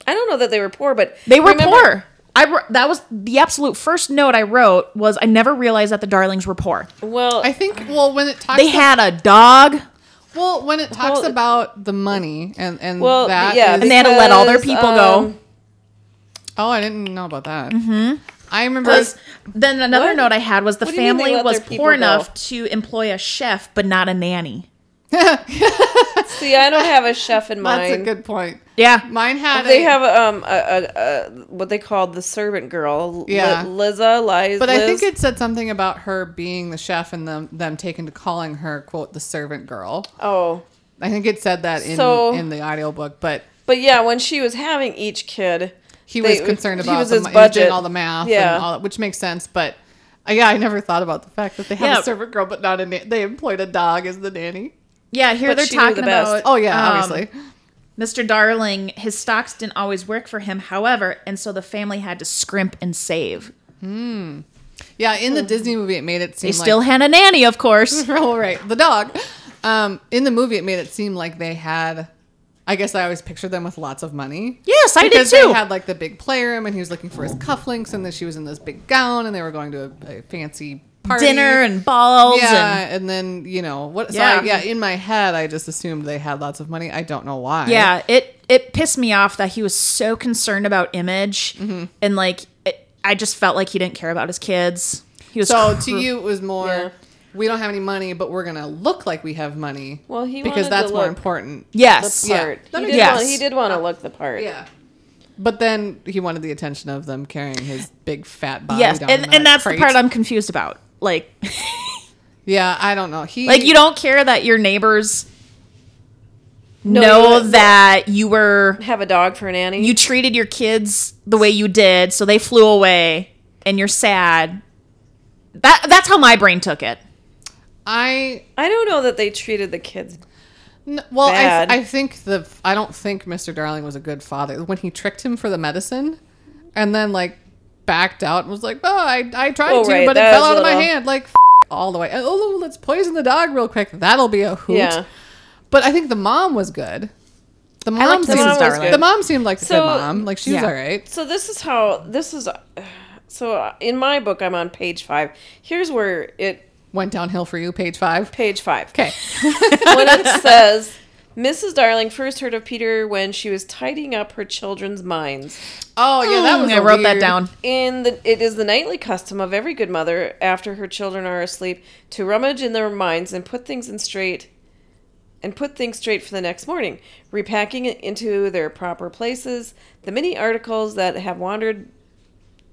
I don't know that they were poor, but They were remember- poor. I wr- that was the absolute first note I wrote was I never realized that the Darlings were poor. Well, I think. Well, when it talks, They had a dog well when it talks Well, it- about the money and and well, that yeah, is- And they had to let all their because, um, people go. oh, I didn't know about that. Mm-hmm. I remember. was then another What? note I had was the What do you mean they family let was their people poor go? enough to employ a chef but not a nanny. See, I don't have a chef in mind. that's a good point. Yeah. Mine had They a- have um a, a, a what they called the servant girl. Yeah. Li- Liza, Liz. But I think Liz. it said something about her being the chef and them them taken to calling her quote the servant girl. oh, I think it said that in So- in the audiobook, but but yeah, when she was having each kid, he they- was concerned he about was the, his mo- he was doing budget. all the math Yeah. and all that, which makes sense but Uh, yeah, I never thought about the fact that they had Yeah. a servant girl, but not a na- they employed a dog as the nanny. Yeah, here But they're she knew the talking about. best. Oh yeah, um, obviously. Mr. Darling, his stocks didn't always work for him, however, and so the family had to scrimp and save. Yeah, in the Disney movie, it made it seem They like still had a nanny, of course. Oh, right. The dog. Um, in the movie, it made it seem like they had. I guess I always pictured them with lots of money. Yes, I did because too. They had like the big playroom, and he was looking for his cufflinks, and then she was in this big gown, and they were going to a, a fancy party Dinner and balls. Yeah, and, then you know what? So yeah. Yeah. I, yeah, in my head, I just assumed they had lots of money. I don't know why. And, yeah, it it pissed me off that he was so concerned about image, Mm-hmm. and like it, I just felt like he didn't care about his kids. He was So cr- to you, it was more. Yeah. We don't have any money, but we're gonna look like we have money. Well, he wanted because to that's more look- important. yes, Yeah. part. That He makes did, sense. want, he did want to look the part. Yeah. But then he wanted the attention of them carrying his big fat body. yes, down and, that and that's crate. the part I'm confused about. Like, yeah, I don't know. He like you don't care that your neighbors you know don't- that you were Have a dog for a nanny. you treated your kids the way you did, so they flew away, and you're sad. That that's how my brain took it. I I don't know that they treated the kids. n- well, I, Bad. th- I think the I don't think Mr. Darling was a good father when he tricked him for the medicine, and then like backed out and was like, "Oh, I I tried Oh, to, right, but it that fell was out a of my little- hand." Like. F- all the way. Oh, let's poison the dog real quick. That'll be a hoot. Yeah. But I think the mom was good. The mom, liked seemed, Mrs. Mom was Darling. good. the mom seemed like the So- good mom. Like she was Yeah. all right. So this is how this is. So uh, in my book, I'm on page five. Here's where it Went downhill for you, page five. page five. Okay. when it says Mrs. Darling first heard of Peter when she was tidying up her children's minds. Oh yeah, that was. Mm, I a wrote that weird- down. In the it is the nightly custom of every good mother after her children are asleep to rummage in their minds and put things in straight and put things straight for the next morning, repacking it into their proper places, the many articles that have wandered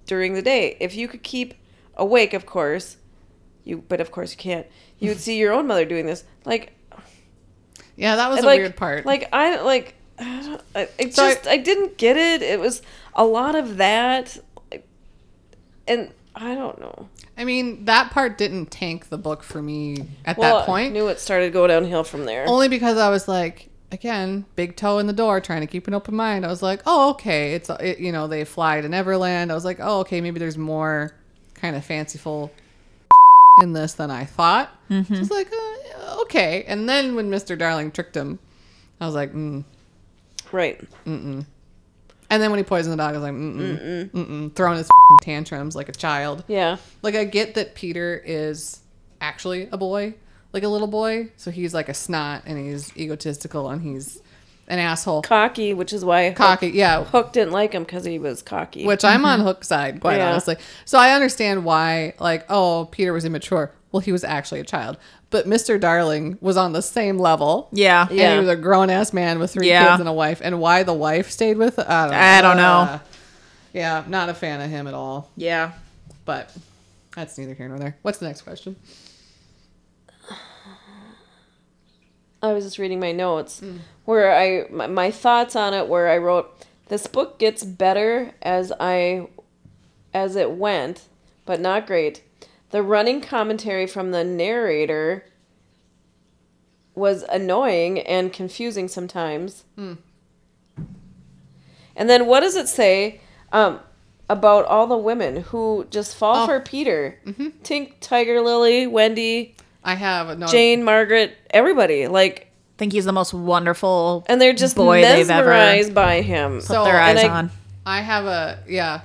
during the day. If you could keep awake, of course, you but of course you can't. You would see your own mother doing this. Like Yeah, that was a like, weird part. Like I like, I don't, I, it So I- just I, didn't get it. It was a lot of that, like, and I don't know. I mean, that part didn't tank the book for me at Well, that I point. Oh. knew it started to go downhill from there. Only because I was like, again, big toe in the door, trying to keep an open mind. I was like, oh, okay, it's it, you know they fly to Neverland. I was like, oh, okay, maybe there's more kind of fanciful in this than I thought. So I was like, uh, okay, and then when Mister Darling tricked him, I was like, mm. Right. and then when he poisoned the dog, I was like, mm mm mm mm, throwing his fing tantrums like a child. Yeah. Like I get that Peter is actually a boy, like a little boy. So he's like a snot and he's egotistical and he's an asshole. Cocky, which is why Cocky, yeah. Hook, Hook didn't like him because he was cocky. Which I'm on Mm-hmm. Hook's side, quite Yeah. honestly. So I understand why, like, oh, Peter was immature. Well, he was actually a child. But Mr. Darling was on the same level. Yeah, Yeah. And he was a grown ass man with three Yeah. kids and a wife. And why the wife stayed with I don't know. I don't know. Uh, yeah, not a fan of him at all. yeah. But that's neither here nor there. What's the next question? I was just reading my notes where I my, my thoughts on it where I wrote this book gets better as I as it went, but not great. The running commentary from the narrator was annoying and confusing sometimes. And then what does it say um, about all the women who just fall Oh. for Peter? Tink, Tiger Lily, Wendy, I have no Jane, Margaret, everybody. Like think he's the most wonderful and they're just boy they've ever- mesmerized by him. So- put their and eyes I- on. I have a yeah.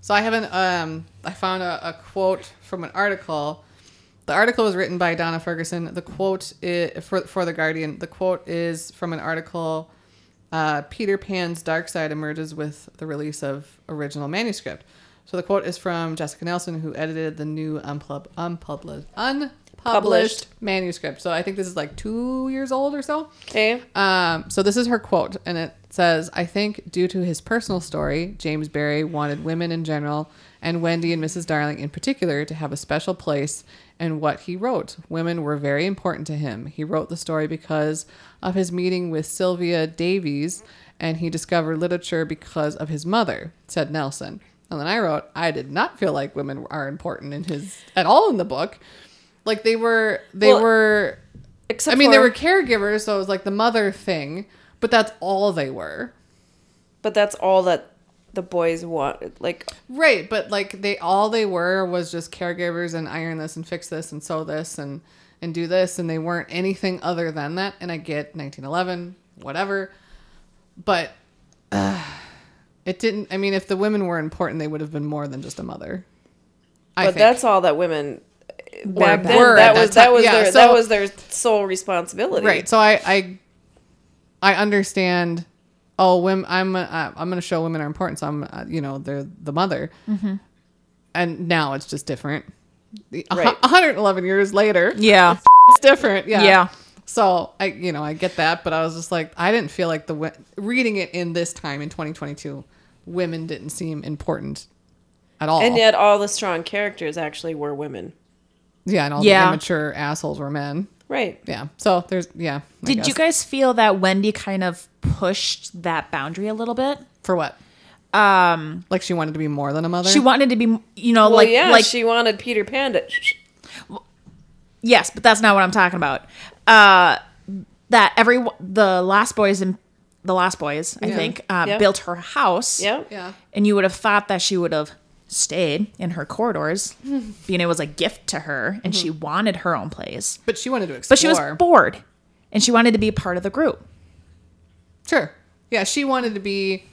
So I have an um I found a, a quote from an article. The article was written by Donna Ferguson. The quote i for for the Guardian. The quote is from an article. Uh, Peter Pan's Dark Side emerges with the release of original manuscript. So the quote is from Jessica Nelson, who edited the new unpub, unpublished unpublished Published. manuscript. So I think this is like two years old or so. okay, Um, so this is her quote, and it says, "I think due to his personal story, James Barry wanted women in general, and Wendy and Mrs. Darling in particular, to have a special place in what he wrote. Women were very important to him. He wrote the story because of his meeting with Sylvia Davies, and he discovered literature because of his mother," said Nelson. And then I wrote, I did not feel like women are important in his at all in the book. Like they were, they Well, were. Except I mean, they for- were caregivers, so it was like the mother thing, but that's all they were. but that's all that the boys want. Like Right, but like they all they were was just caregivers and iron this and fix this and sew this and and do this and they weren't anything other than that. And I get 1911, whatever, but uh, it didn't. I mean, if the women were important, they would have been more than just a mother. I but think. that's all that women back then were that at was that that time. was Yeah, their so- that was their sole responsibility. right. So I I I understand. Oh, women. I'm uh, I'm going to show women are important. So I'm uh, you know they're the mother. Mm-hmm. And now it's just different. The- a hu- Right. 111 years later, Yeah. it's different. Yeah. Yeah. So I you know I get that, but I was just like I didn't feel like the wo- reading it in this time in 2022, women didn't seem important at all. uh, And yet all the strong characters actually were women. yeah, and all Yeah. the immature assholes were men. Right. Yeah. So there's yeah. I Did guess. you guys feel that Wendy kind of pushed that boundary a little bit? for what? Um, like she wanted to be more than a mother. She wanted to be, you know, Well, like yeah, like she wanted Peter Pan to Yes, but that's not what I'm talking about. Uh, that every the Lost Boys and the Lost Boys, I think, uh, Yeah. built her house. Yeah. Yeah. And you would have thought that she would have stayed in her corridors, being it was a gift to her, and she wanted her own place. But she wanted to explore. But she was bored, and she wanted to be part of the group. sure. Yeah, she wanted to be.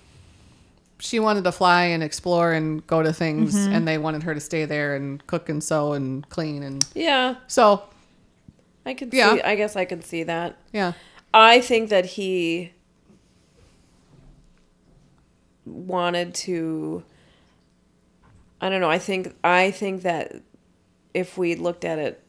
She wanted to fly and explore and go to things, Mm-hmm. and they wanted her to stay there and cook and sew and clean and Yeah. so I could Yeah. see I guess I could see that. yeah. I think that he wanted to I don't know, I think I think that if we looked at it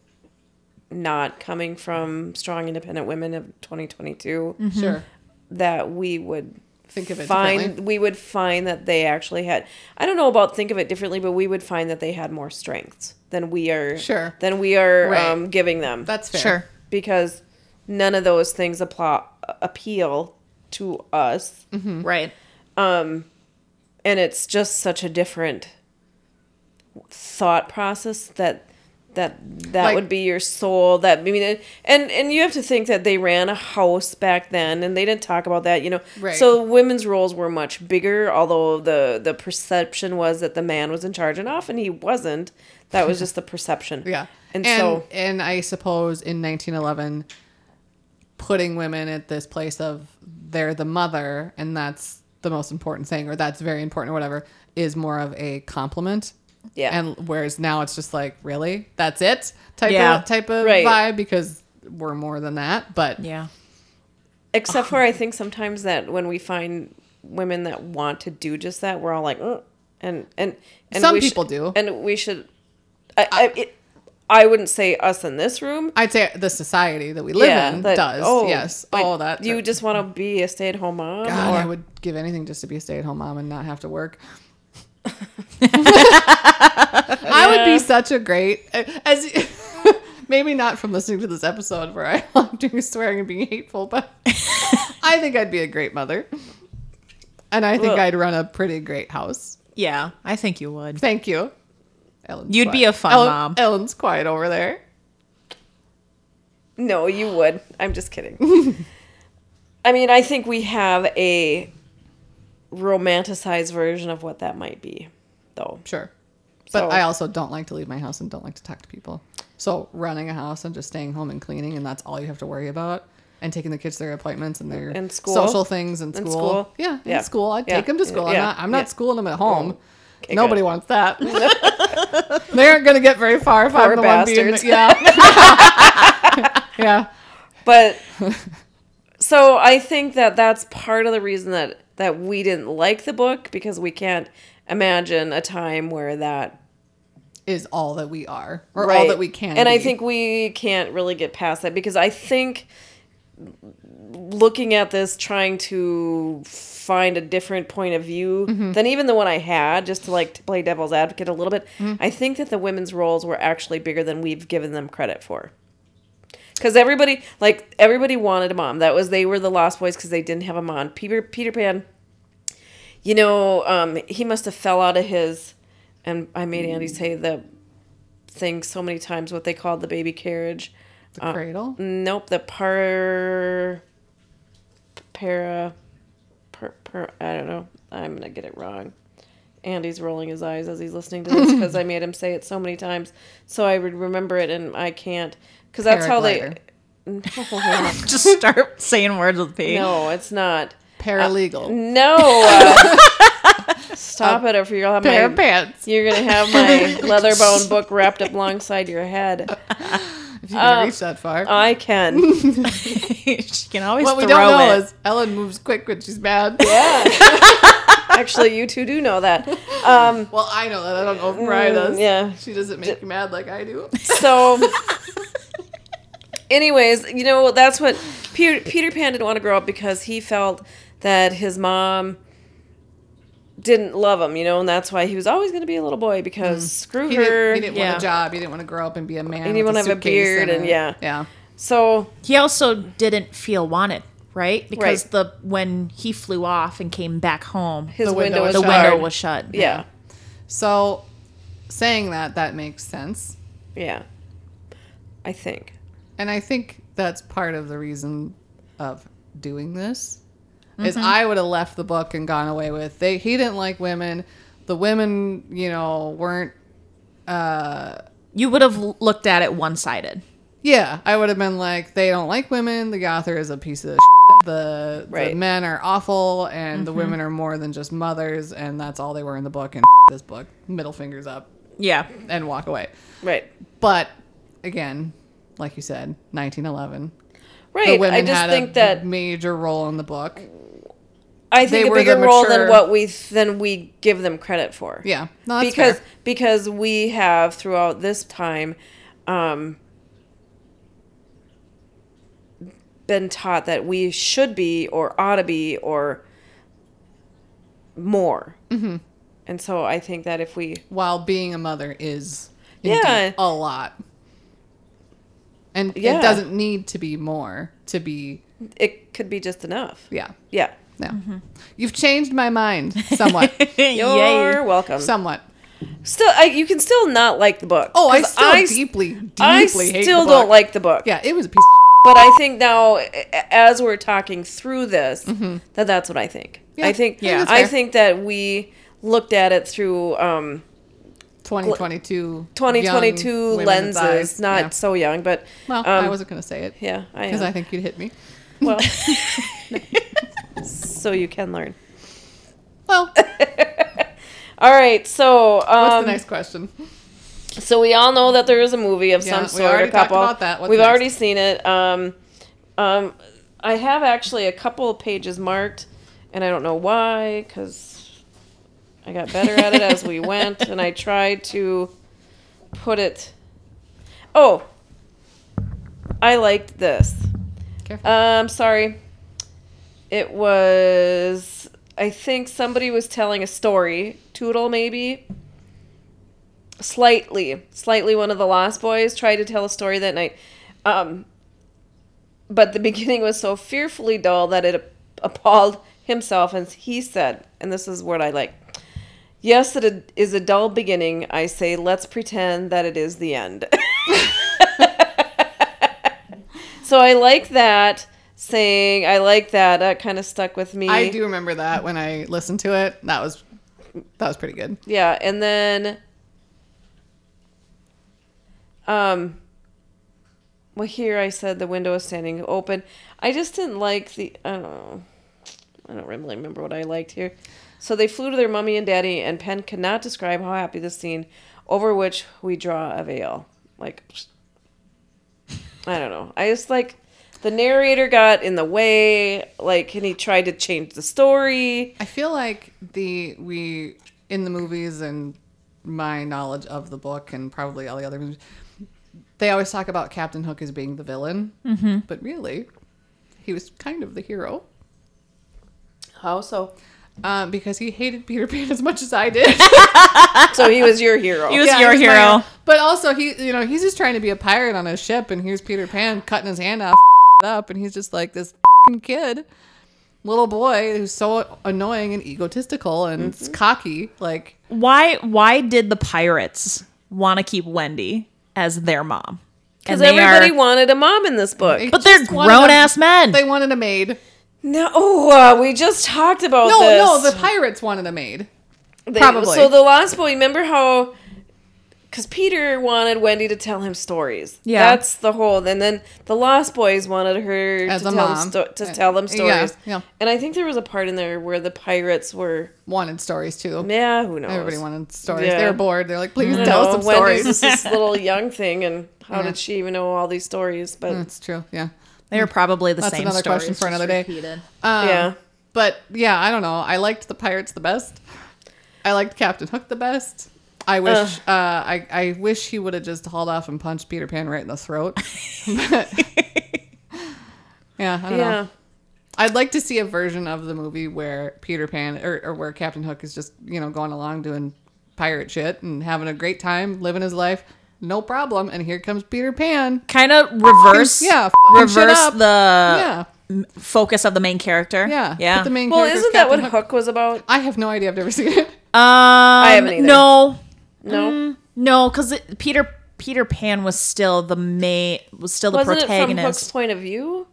not coming from strong independent women of 2022 Mm-hmm. Sure. that we would Mm-hmm. Think of it find differently. we would find that they actually had I don't know about think of it differently but we would find that they had more strengths than we are Sure. than we are Right. um, giving them That's fair. because none of those things apply, appeal to us Right. and it's just such a different thought process that that that Like- would be your soul that i mean it- and and you have to think that they ran a house back then and they didn't talk about that you know Right. so women's roles were much bigger although the the perception was that the man was in charge and often he wasn't that was just the perception Yeah. and, and so and I suppose in 1911, putting women at this place of they're the mother and that's the most important thing or that's very important or whatever is more of a compliment. Yeah. And whereas now it's just like really that's it type Yeah. of type of Right. vibe because we're more than that. But Yeah. Except for I Um, think sometimes that when we find women that want to do just that, we're all like, "Ugh," and and and Some we sh- people do. and we should. I I, it, I wouldn't say us in this room. I'd say the society that we live in that- does oh, yes but all that You just want to be a stay-at-home mom. God, or- I would give anything just to be a stay-at-home mom and not have to work. I would be such a great as maybe not from listening to this episode where I'm doing swearing and being hateful, but I think I'd be a great mother, and I think Well- I'd run a pretty great house. Yeah. I think you would. Thank you, Ellen. You'd be a fun mom. Ellen's quiet over there. No, you would. I'm just kidding. I mean, I think we have a romanticized version of what that might be, though. Sure. But So- I also don't like to leave my house and don't like to talk to people. So running a house and just staying home and cleaning and that's all you have to worry about and taking the kids to their appointments and their And school. social things and school. And school. Yeah, Yeah. and school. I'd Yeah. take them to school. I'm Yeah. not, I'm not Yeah. schooling them at home. Okay, Nobody good. wants that. they aren't going to get very far if Poor I'm the one being. bastards. The, yeah. yeah. but so I think that that's part of the reason that that we didn't like the book because we can't imagine a time where that Is all that we are or all that we can. And I be. think we can't really get past that because I think looking at this trying to find a different point of view Mm-hmm. than even the one I had just to like to play devil's advocate a little bit Mm-hmm. I think that the women's roles were actually bigger than we've given them credit for because everybody like everybody wanted a mom that was they were the lost boys because they didn't have a mom Peter Peter Pan you know, um, he must have fell out of his. And I made Andy Mm. say the thing so many times. What they called the baby carriage. The cradle. Nope, the par para per, per I don't know. I'm gonna get it wrong. Andy's rolling his eyes as he's listening to this because I made him say it so many times, so I would remember it, and I can't because that's how they. uh, Just start saying words with P. No, it's not. Paralegal. No. uh, stop it, or you'll have Pair my of pants. you're gonna have my leather bound book wrapped up alongside your head. If you can uh, reach that far. I can. she can always what we throw don't know it. is Ellen moves quick when she's mad. Actually, you two do know that. Well, I know that. I don't override Mm, us. yeah. She doesn't make you mad like I do. So, anyways, you know that's what Peter, Peter Pan didn't want to grow up because he felt that his mom didn't love him, you know, and that's why he was always going to be a little boy because screw Mm. He her. didn't, he didn't yeah. want a job. He didn't want to grow up and be a man. He didn't with wanna have a suitcase beard and- yeah. Yeah. So He also didn't feel wanted, right? Because Right. the when he flew off and came back home, his The window, window was was the shut. shut. window was shut. Yeah, So saying that, that makes sense. yeah. I think. And I think that's part of the reason of doing this is Mm-hmm. I would have left the book and gone away with they he didn't like women. The women, you know, weren't You would have l- looked at it one sided. Yeah, I would have been like, they don't like women. The author is a piece of shit. The, Right. Mm-hmm. the men are awful, and the women are more than just mothers, and that's all they were in the book. And this book, middle fingers up, Yeah. and walk away. Right. But again, like you said, 1911. Right. The women I just had think a that major role in the book. I they think a were the bigger role than mature- what we than we give them credit for. Yeah, no, that's because fair. because we have throughout this time um, been taught that we should be or ought to be or more mm-hmm. and so i think that if we while being a mother is Yeah. indeed a lot, and Yeah. it doesn't need to be more to be. it could be just enough Yeah, yeah no, Mm-hmm. you've changed my mind somewhat. you're Yay. welcome somewhat. still I, you can still not like the book Oh, I 'Cause still s- deeply, deeply I hate still the don't book. like the book Yeah, it was a piece. Of but I think now, a- as we're talking through this, that that's what I think. Mm-hmm. Yeah, I think I think that's I fair. think that we looked at it through um, shit. 2022, 2022 young women's lenses, eyes. not Yeah. so young, but Well, um, I wasn't gonna say it Yeah, I because am. I think you'd hit me. well, so you can learn. Well, All right, so what's um, the next question? so we all know that there is a movie of Yeah, some we sort. a already talked couple. about that. What's We've next? already seen it. Um, um, I have actually a couple of pages marked, and I don't know why, because I got better at it as we went, and I tried to put it. Oh, I liked this. Careful. Um, sorry. It was. I think somebody was telling a story. Tootle, maybe. Slightly, slightly, one of the Lost Boys tried to tell a story that night. Um, but the beginning was so fearfully dull that it appalled himself, and he said, and this is what I like. Yes, it is a dull beginning. I say, let's pretend that it is the end. so I like that saying. I like that. That kind of stuck with me. I do remember that when I listened to it. That was that was pretty good. Yeah, and then um well here I said the window is standing open. I just didn't like the oh I don't really remember what I liked here. So they flew to their mummy and daddy and Penn cannot describe how happy the scene over which we draw a veil. Like I don't know. I just like the narrator got in the way, like and he tried to change the story. I feel like the we in the movies and my knowledge of the book and probably all the other movies, they always talk about Captain Hook as being the villain, mm-hmm. but really, he was kind of the hero How so? um, because he hated Peter Pan as much as I did. So he was your hero. He was Yeah, your he's my hero. But also, he you know he's just trying to be a pirate on a ship, and here's Peter Pan cutting his hand off up, and he's just like this fing kid. little boy who's so annoying and egotistical and s- cocky. Like, Why why did the pirates want to keep Wendy as their mom? Because And they everybody are- wanted a mom in this book. they but they're just wanted a- grown ass men. They wanted a maid. No, uh, we just talked about No, this. no, the pirates wanted a maid. They- Probably. So the Lost Boy, remember how? Because Peter wanted Wendy to tell him stories. Yeah. that's the whole. And then the Lost Boys wanted her As to a tell mom. them sto- to Yeah. tell them Yeah, stories. yeah. And I think there was a part in there where the pirates were. Wanted stories too. Yeah, who knows? Everybody wanted stories. Yeah. They were bored. They're like, please You tell know, us some Wendy's stories. just this little young thing, and how Yeah. Mm. did she even know all these stories? But That's true. Yeah. They were probably the That's same another stories, question for just another day. repeated. Um, yeah, But yeah, I don't know. I liked the pirates the best. I liked Captain Hook the best. I wish uh, I, I wish he would have just hauled off and punched Peter Pan right in the throat. But- yeah, I don't yeah. know. I'd like to see a version of the movie where Peter Pan or, or where Captain Hook is just, you know, going along doing pirate shit and having a great time, living his life, no problem. And here comes Peter Pan. Kind of reverse yeah, fucking shit reverse up. the yeah. m- focus of the main character. Uh, Yeah. Yeah. But the main Well, character's isn't that what Captain Hook. was about? I have no idea. I've never seen it. I haven't either. Um, No. No, Mm. No, because Peter Peter Pan was still the main was still the wasn't it from Hook's protagonist. point of view?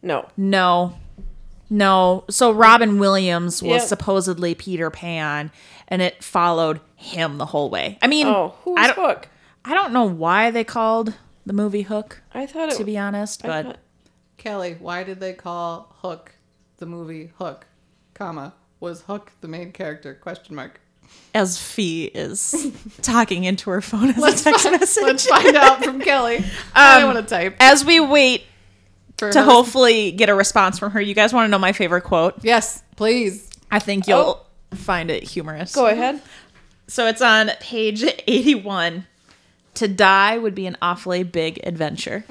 No, no, no. So Robin Williams was Yep. supposedly Peter Pan, and it followed him the whole way. I mean, Oh, who I was don't, Hook? I don't know why they called the movie Hook. I thought it To be honest, I but thought- Kelly, why did they call Hook the movie Hook, comma, was Hook the main character, question mark. as Fee is talking into her phone as Let's a text find, message, Um, let's find out from Kelly. I want to type. as we wait For to her. hopefully get a response from her, you guys want to know my favorite quote? Yes, please. I think you'll find it humorous. Go ahead. So it's on page 81. To die would be an awfully big adventure.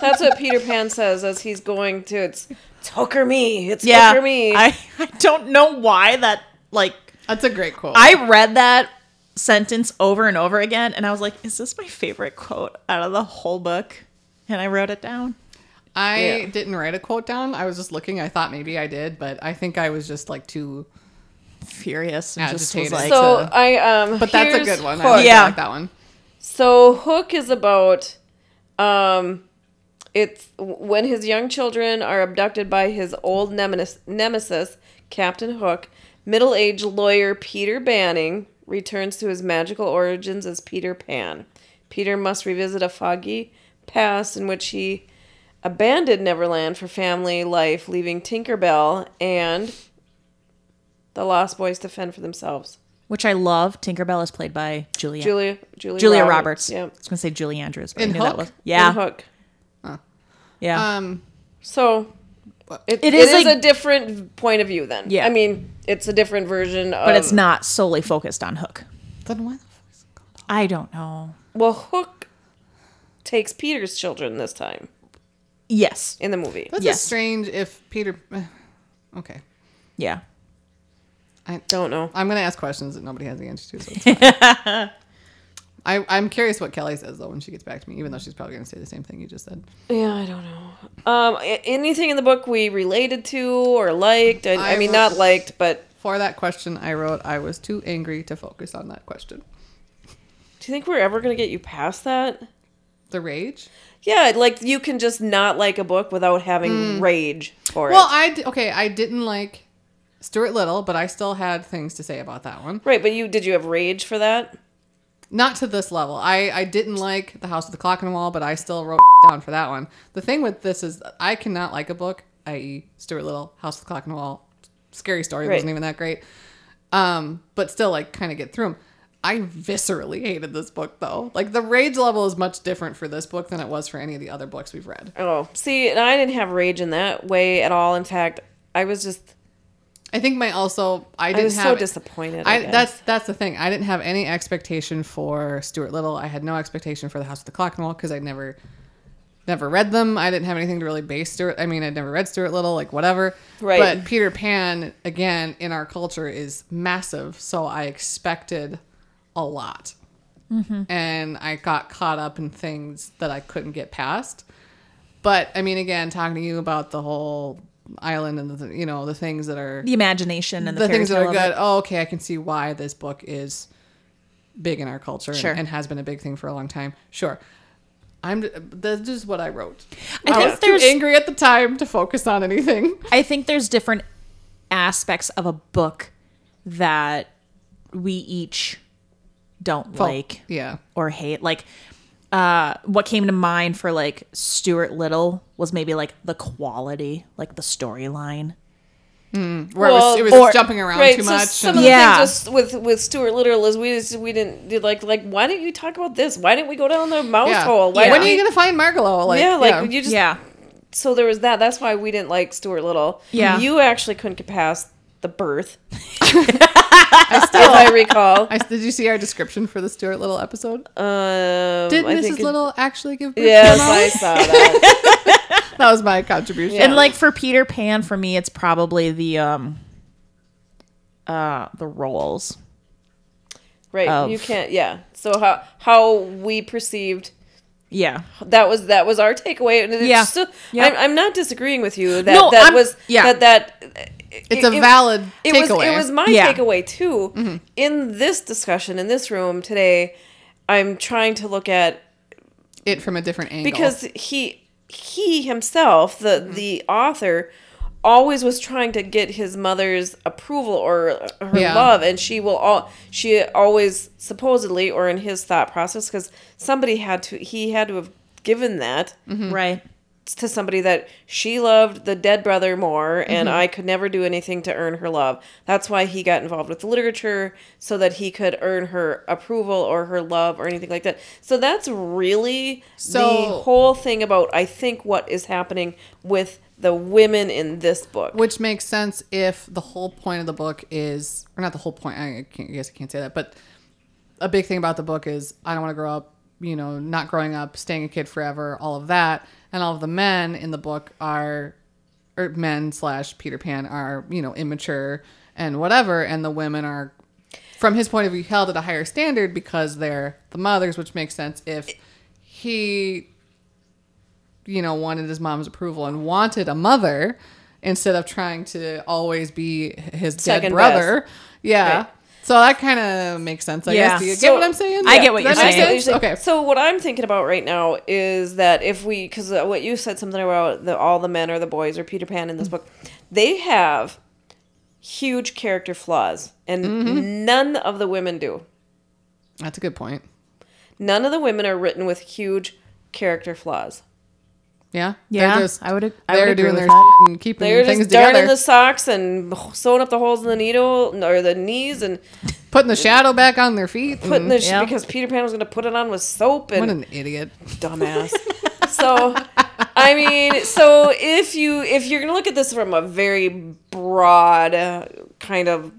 That's what Peter Pan says as he's going to it's, it's hook or me. It's Yeah. hook or me. I, I don't know why that, like, That's a great quote. I read that sentence over and over again, and I was like, is this my favorite quote out of the whole book? And I wrote it down. I Yeah. didn't write a quote down. I was just looking. I thought maybe I did, but I think I was just like too. Furious and just was Agitated. like, so I um But that's a here's good one. I Hook. like, I Yeah. like that one. So Hook is about um it's when his young children are abducted by his old nemesis, nemesis Captain Hook, middle-aged lawyer Peter Banning returns to his magical origins as Peter Pan. Peter must revisit a foggy past in which he abandoned Neverland for family life, leaving Tinkerbell and the Lost Boys to fend for themselves. which I love. Tinkerbell is played by Julia. Julia, Julia Julia, Roberts. Yeah. I was going to say Julie Andrews, but In I knew Hook? that was. And Yeah. Hook. Yeah. Um, So it, It it, is is, like- a different point of view then. Yeah. I mean, it's a different version of but um, it's not solely focused on Hook. then why the fuck is it called? I don't know. Well, Hook takes Peter's children this time Yes. in the movie. That's Yes. a strange. If Peter, eh, okay, Yeah. I Don't know. I'm gonna ask questions that nobody has the answer to. So it's fine. I, I'm curious what Kelly says though when she gets back to me, even though she's probably gonna say the same thing you just said. Yeah, I don't know. Um, a- anything in the book we related to or liked? I, I, I mean, wrote- not liked, but For that question, I wrote I was too angry to focus on that question. do you think we're ever gonna get you past that? The rage. Yeah, like you can just not like a book without having rage for Well, it. I d- okay, I didn't like Stuart Little, but I still had things to say about that one. Right, but you did you have rage for that? Not to this level. I I didn't like The House with the Clock and Wall, but I still wrote down for that one. The thing with this is I cannot like a book, i.e. Stuart Little, House with the Clock and Wall, scary story Right. wasn't even that great. Um, but still like kind of get through them. I viscerally hated this book though. Like the rage level is much different for this book than it was for any of the other books we've read. Oh, see, and I didn't have rage in that way at all. In fact, I was just I think my also I didn't was so have disappointed, I I, guess. that's that's the thing. I didn't have any expectation for Stuart Little. I had no expectation for The House with the Clock and Wall because I never never read them. I didn't have anything to really base Stuart. I mean, I'd never read Stuart Little, like whatever. Right. But Peter Pan again in our culture is massive, so I expected a lot, and I got caught up in things that I couldn't get past. But I mean, again, talking to you about the whole island and the you know the things that are the imagination and the, the fairy things that tale are of it. good. Oh, okay, I can see why this book is big in our culture and- Sure. and, has been a big thing for a long time. Sure. I'm that's just what I wrote. I I, think was too there's- angry at the time to focus on anything. I think there's different aspects of a book that we each don't like yeah. or hate. Like, uh, what came to mind for like Stuart Little was maybe like the quality, like the storyline. Where Well, it was, it was or- jumping around right, too so much. Some and- of the Yeah. things just with with Stuart Little is we just we didn't did like like why didn't you talk about this? Why didn't we go down the mouse yeah. hole? Why When didn't are you we- gonna find Margalo? Like, yeah, like you just yeah. so there was that. That's why we didn't like Stuart Little. Yeah. you actually couldn't get past the birth, as I recall. I, did you see our description for the Stuart Little episode? Um, Did I Mrs. think it- Little actually give birth? to Yes, a I mouse? saw that. that was my contribution. And like for Peter Pan, for me, it's probably the um, uh, the roles. Right, Of- you can't. Yeah. So how how we perceived Yeah, that was that was our takeaway. And it's Yeah. still- Yeah. I'm, I'm not disagreeing with you that No, that I'm- was yeah. that that it's it- a it- valid it takeaway. was it was my Yeah. Mm-hmm. takeaway too in this discussion in this room today i'm trying to look at it from a different angle. because he he himself the Mm-hmm. the author always was trying to get his mother's approval or her Yeah. love and she will all she always supposedly or in his thought process because somebody had to he had to have given that right. to somebody that she loved the dead brother more and I could never do anything to earn her love. That's why he got involved with literature so that he could earn her approval or her love or anything like that. So that's really the So- whole thing about I think what is happening with the women in this book. Which makes sense if the whole point of the book is, or not the whole point. I, can't, I guess I can't say that, but a big thing about the book is I don't want to grow up. You know, not growing up, staying a kid forever, all of that, and all of the men in the book are, or men slash Peter Pan are you know immature and whatever, and the women are, from his point of view, held at a higher standard because they're the mothers, which makes sense if he you know, wanted his mom's approval and wanted a mother instead of trying to always be his dead Second brother. Yeah. Right. So that kind of makes sense. I Yeah. guess. Do you So- get what I'm saying? I get what Does you're that make saying. sense? Okay. Okay. So what I'm thinking about right now is that if we, because what you said something about the all the men or the boys or Peter Pan in this book, they have huge character flaws, and none of the women do. That's a good point. None of the women are written with huge character flaws. Yeah. Yeah, They're just, I would- I would they're agree doing with their that. shit and keeping They're things just darning together, the socks and sewing up the holes in the needle or the knees and putting the shadow back on their feet. putting and- the sh- yeah. because Peter Pan was going to put it on with soap and what an idiot. dumbass. so, I mean, so if you if you're gonna look at this from a very broad uh, kind of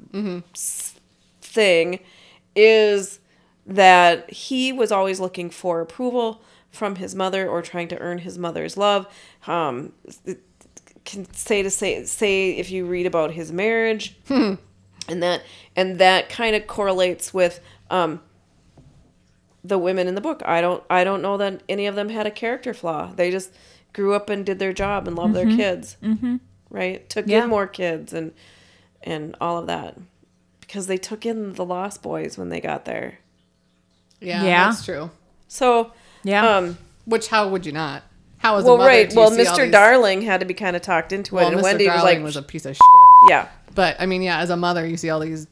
s- thing, is that he was always looking for approval from his mother or trying to earn his mother's love. Um, can say to say say if you read about his marriage and that and that kind of correlates with um, the women in the book. I don't I don't know that any of them had a character flaw. They just grew up and did their job and loved their kids. Mm-hmm. Right? Took Yeah. in more kids and and all of that because they took in the Lost Boys when they got there. Yeah, Yeah. That's true. So Yeah. um Which, how would you not? How is well a mother, right do you well see all Mr. these- Darling had to be kind of talked into it Well, and Mr. Wendy was Darling like was a piece of shit. yeah. But I mean, yeah, as a mother, you see all these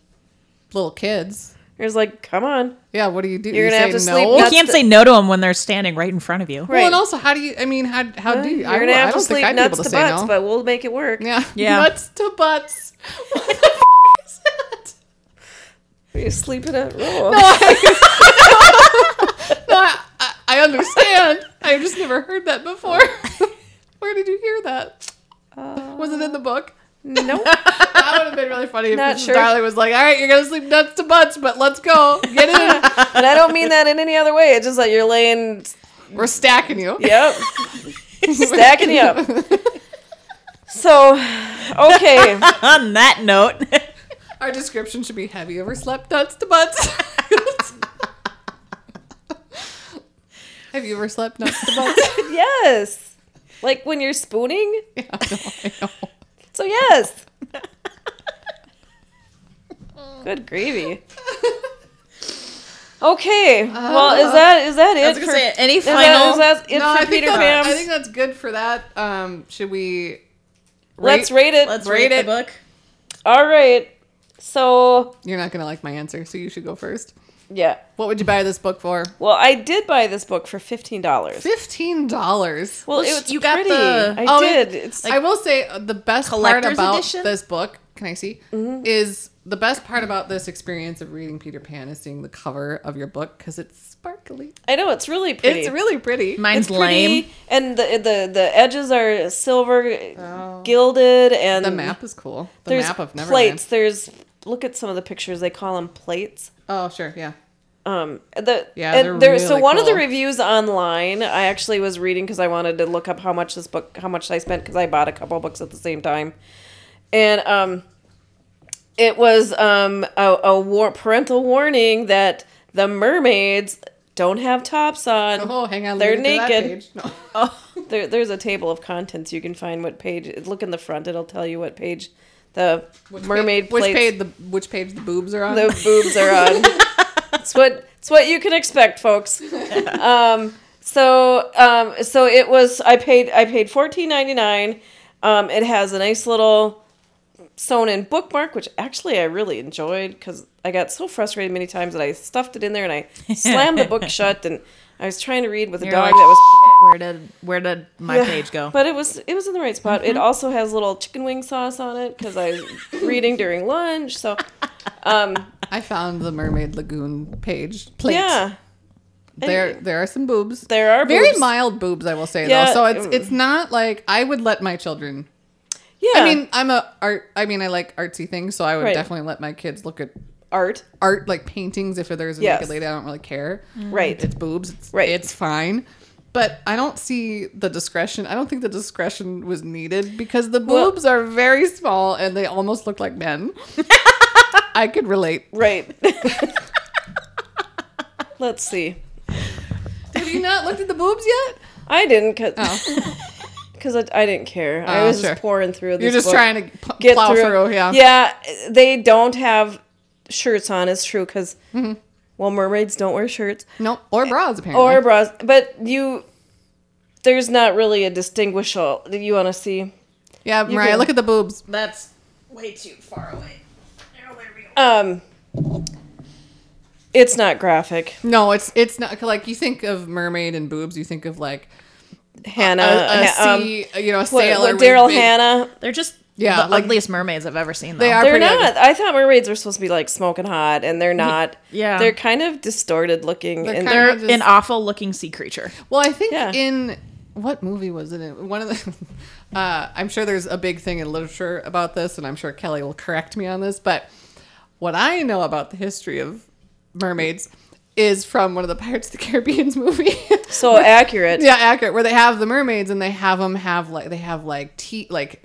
little kids. It was like come on. Yeah, what do you do? You're You gonna have say to sleep no? You That's can't the- say no to them when they're standing right in front of you. Well, and Right. also, how do you? I mean, how how do you? You're I, gonna I have don't to think sleep I'd be nuts able to, to, say butts, no. but we'll make it work. yeah, Yeah. nuts to butts. What the f- is that? You sleep in a row. No, I, I, I understand. I've just never heard that before. Where did you hear that? was it in the book? no. That would have been really funny if Not Mrs. sure. Darling was like, "All right, you're gonna sleep nuts to butts, but let's go get in. and I don't mean that in any other way. It's just like you're laying We're stacking you." Yep. Stacking you up. So, okay. On that note, Our description should be have you ever slept nuts to butts? have you ever slept nuts to butts? yes. Like when you're spooning, yeah, I know, I know. So yes. Good gravy. Okay. well, is that is that it? was gonna say, any is that- final- is that it no, for I think, Peter that, Pan? I think that's good for that. Um, should we? Let's rate it. Let's Rate it. read the book. All right. So You're not gonna like my answer, so you should go first. yeah. What would you buy this book for? Well, I did buy this book for fifteen dollars. Fifteen dollars. Well, Well, it's you got pretty. the- I Oh, did. it- it's I will say uh, the best part Collector's about edition? this book. Can I see? Mm-hmm. Is the best part about this experience of reading Peter Pan is seeing the cover of your book because it's sparkly. I know it's really pretty. It's really pretty. Mine's It's lame. pretty, and the the the edges are silver, Oh. gilded, and the map is cool. The um, there's map of Neverland. plates. There's look at some of the pictures. They call them plates. Oh sure, yeah. Um, the Yeah, and they're there- so really one of the cool. reviews online, I actually was reading because I wanted to look up how much this book, how much I spent because I bought a couple books at the same time, and um, it was um a, a war- parental warning that the mermaids don't have tops on. Oh, hang on. They're let me get to that naked. Oh, page. No. There, there's a table of contents. You can find what page. Look in the front. It'll tell you what page the mermaid Which plates, page the which page the boobs are on? the boobs are on. it's what it's what you can expect, folks. Um, so um, so it was. I paid I paid fourteen ninety nine. Um, it has a nice little sewn in bookmark, which actually I really enjoyed because I got so frustrated many times that I stuffed it in there and I slammed the book shut and I was trying to read with a You're dog like, that was Where did where did my Yeah, page go? But it was it was in the right spot. Mm-hmm. It also has little chicken wing sauce on it because I was reading during lunch. So, um, I found the Mermaid Lagoon page. Plate. yeah, There there are some boobs. there are Very boobs. mild boobs, I will say Yeah, though. So it's mm. it's not like I would let my children. Yeah, I mean, I'm a art. I mean, I like artsy things, so I would Right. definitely let my kids look at art. art, like paintings. If there's a Yes. naked lady, I don't really care. Right. It's boobs. It's, Right. It's fine. But I don't see the discretion. I don't think the discretion was needed because the Well- boobs are very small and they almost look like men. I could relate. Right. Let's see. Have you not looked at the boobs yet? I didn't because Oh, because I, I didn't care. I Oh, was sure. just pouring through. This you're just book. trying to p- plow through. Yeah. they don't have shirts on. It's true because Mm-hmm. well, mermaids don't wear shirts. No, or bras apparently. or bras but you there's not really a distinguishable that you want to see yeah, Mariah, can- look at the boobs. That's way too far away. um it's not graphic No, it's it's not like you think of mermaid and boobs. You think of like hannah a, a ha- um, sea, you know, a what- sailor. what with daryl big- hannah They're just Yeah, the like- ugliest mermaids I've ever seen. Though. They are they're pretty not ugly. i thought mermaids were supposed to be like smoking hot and they're not Yeah. they're kind of distorted looking They're and kind they're of- They're an awful looking sea creature. Well, I think Yeah. in what movie was it? in? One of the. Uh, I'm sure there's a big thing in literature about this, and I'm sure Kelly will correct me on this. But what I know about the history of mermaids is from one of the Pirates of the Caribbean's movie. so accurate yeah, accurate. Where they have the mermaids, and they have them have like they have like teeth, like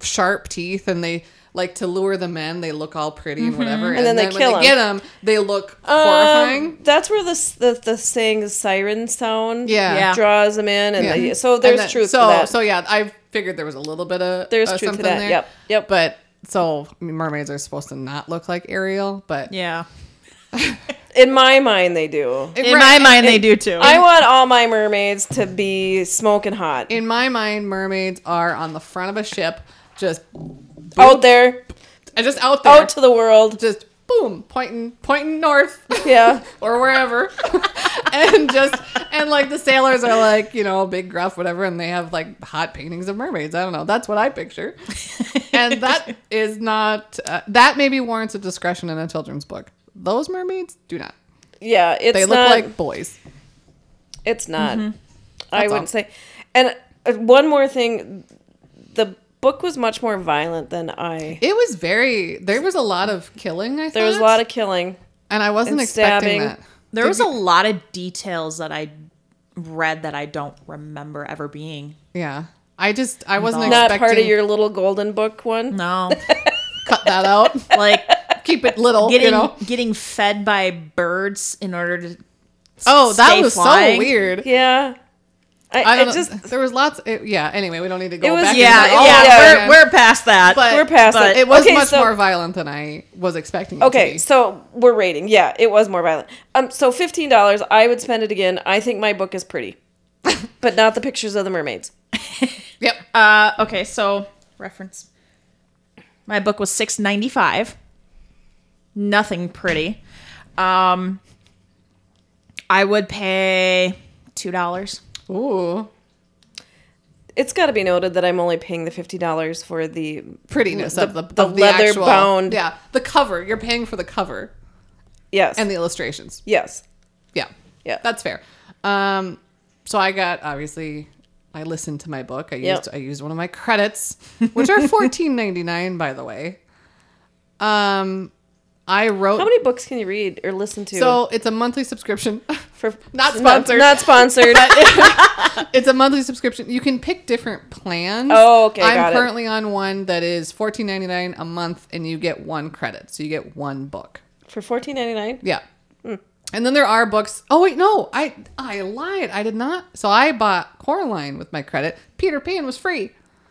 sharp teeth, and they. Like to lure the men, they look all pretty and whatever, and, Mm-hmm. then they when kill 'em. they get them. They look Um, horrifying. that's where the, s- the the saying the siren sound Yeah. Yeah. draws them in and Yeah. they- so there's And that- truth So to that. so yeah, I figured there was a little bit of There's uh, truth to something that, There. yep, yep. But so I mean, mermaids are supposed to not look like Ariel, but Yeah. in my mind they do It- In right, my mind, they do too. I want all my mermaids to be smoking hot in my mind, mermaids are on the front of a ship, just out there, uh, just out there, out to the world. just boom, pointing pointing north Yeah, or wherever, and just and like the sailors are like you know big gruff whatever, and they have like hot paintings of mermaids. I don't know, that's what I picture, and that is not uh, that maybe warrants a discretion in a children's book. Those mermaids do not. yeah. It's They look not. like boys. it's not. I Mm-hmm. That's wouldn't all. say. And uh, one more thing, the book was much more violent than I. It was very. There was a lot of killing. I thought There was a lot of killing. and I wasn't and expecting that. stabbing. there Did was you- a lot of details that I read that I don't remember ever being. Yeah, I just I wasn't Not Not expecting. part of your little golden book one. No, cut that out. like Keep it little. getting you know. getting fed by birds in order to Oh, that stay was flying. so weird. Yeah, I, I I, don't know. just there was lots. It, yeah. Anyway, we don't need to go It was- back. Yeah, into all yeah, of yeah. that oh, We're, again. we're past that. but we're past but it. It was Okay, much so- more violent than I was expecting. It to okay. be. So we're rating. Yeah, it was more violent. Um, so fifteen dollars. I would spend it again. I think my book is pretty, but not the pictures of the mermaids. yep. Uh, okay, so reference. My book was six ninety five. Nothing pretty. Um, I would pay two dollars. Ooh, It's got to be noted that I'm only paying the fifty dollars for the. prettiness The- of the, the of the leather actual- bound- Yeah, the cover. You're paying for the cover Yes. and the illustrations. yes. Yeah. Yeah. That's fair. Um, so I got obviously I listened to my book. I used Yep. I used one of my credits, which are fourteen ninety nine by the way. Um, I wrote How many books can you read or listen to? so it's a monthly subscription. for not It's not- sponsored. Not, sponsored. it's a monthly subscription. You can pick different plans. Oh, okay, I'm got it. currently on one that is fourteen ninety nine a month, and you get one credit, so you get one book. for fourteen ninety nine. Yeah. Hmm. And then there are books. Oh wait, no, I I lied. I did not. So I bought Coraline with my credit. Peter Pan was free.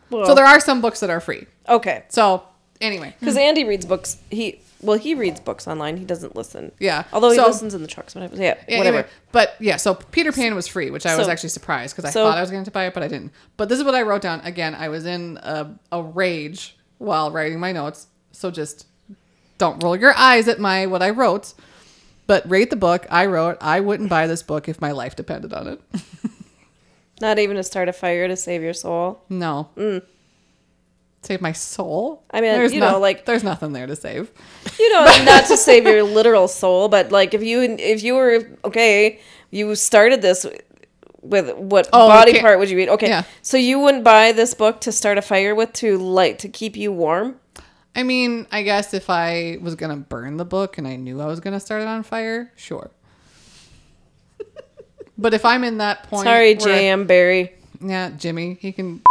So there are some books that are free. Okay. So anyway, Because Andy reads books. He well, he reads books online. He doesn't listen. Yeah. Although he So- listens in the trucks. Whatever. Yeah. yeah, whatever. anyway. But yeah, so Peter Pan was free, which I was So- actually surprised because I so- thought I was going to buy it, but I didn't. But this is what I wrote down. Again, I was in a, a rage while writing my notes. So just don't roll your eyes at my what I wrote. But rate the book I wrote. I wouldn't buy this book if my life depended on it. Not even to start a fire to save your soul. No. Save my soul. Mm. I mean, you know, like- there's nothing there to save. You know, not to save your literal soul, but like if you if you were okay, you started this with what Oh, body okay. part would you eat? Okay. Yeah. So you wouldn't buy this book to start a fire with to light to keep you warm? I mean, I guess if I was gonna burn the book and I knew I was gonna start it on fire, sure. but if I'm in that point, Sorry, where- J.M. Barry, Yeah, Jimmy, he can.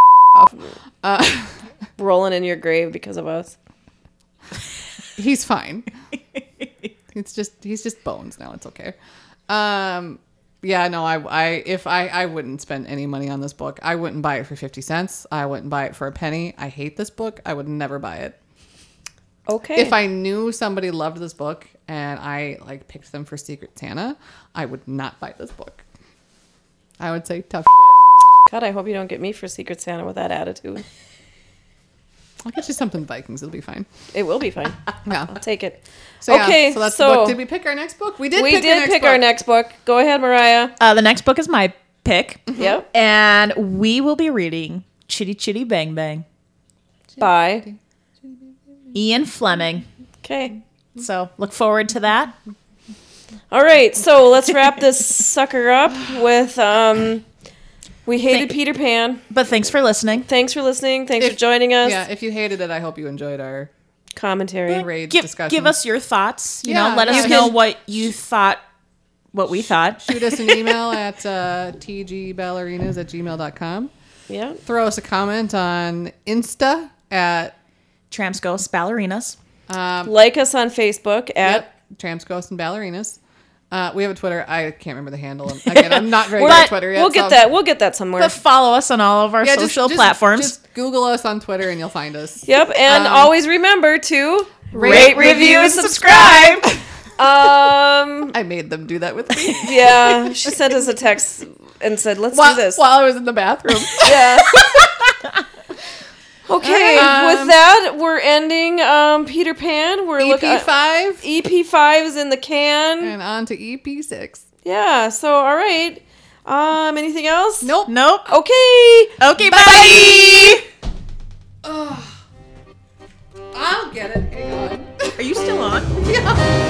rolling in your grave because of us. He's fine. it's just he's just bones now. It's okay. Um, yeah, no, I, I, if I, I wouldn't spend any money on this book. I wouldn't buy it for fifty cents. I wouldn't buy it for a penny. I hate this book. I would never buy it. Okay. if I knew somebody loved this book and I like picked them for Secret Santa, I would not buy this book. I would say tough. God, I hope you don't get me for Secret Santa with that attitude. shit. I'll get you something Vikings. It'll be fine. It will be fine. Yeah. I'll take it. So yeah, okay, so that's the so book. Did we pick our next book? We did. we pick did our next pick book. our next book. Go ahead, Mariah. Uh, the next book is my pick, Yep. and we will be reading Chitty Chitty Bang Bang, Bye. Ian Fleming. Okay. So look forward to that. All right. So let's wrap this sucker up with um, we hated Thank- Peter Pan. But thanks for listening. Thanks for listening. Thanks If- for joining us. Yeah, if you hated it, I hope you enjoyed our. Commentary. Rage give, discussion. give us your thoughts. You Yeah, know, let yeah. us You know can- what you thought, what we thought. Shoot us an email at uh, tgballerinas at gmail.com. Yeah. Throw us a comment on Insta at Tramps, ghosts, ballerinas. Like us on Facebook Um, at Yep. Tramps, Ghosts, and Ballerinas. Uh, we have a Twitter. I can't remember the handle. Again, I'm not very good at But Twitter yet. We'll get so- that. We'll get that somewhere. But follow us on all of our Yeah, just- social just- platforms. Just Google us on Twitter and you'll find us. Yep, and Um, always remember to Rate, review, and subscribe. um, I made them do that with me yeah, she sent us a text and said, "Let's while, do this." while I was in the bathroom. Yeah. okay, Um, with that, we're ending um, Peter Pan. We're looking EP E five Um, EP five is in the can. and on to EP six. Yeah. So, all right. Um, anything else? Nope. nope. Okay. Okay, bye. Ugh. I'll get it. Hang on. Are you still on? yeah.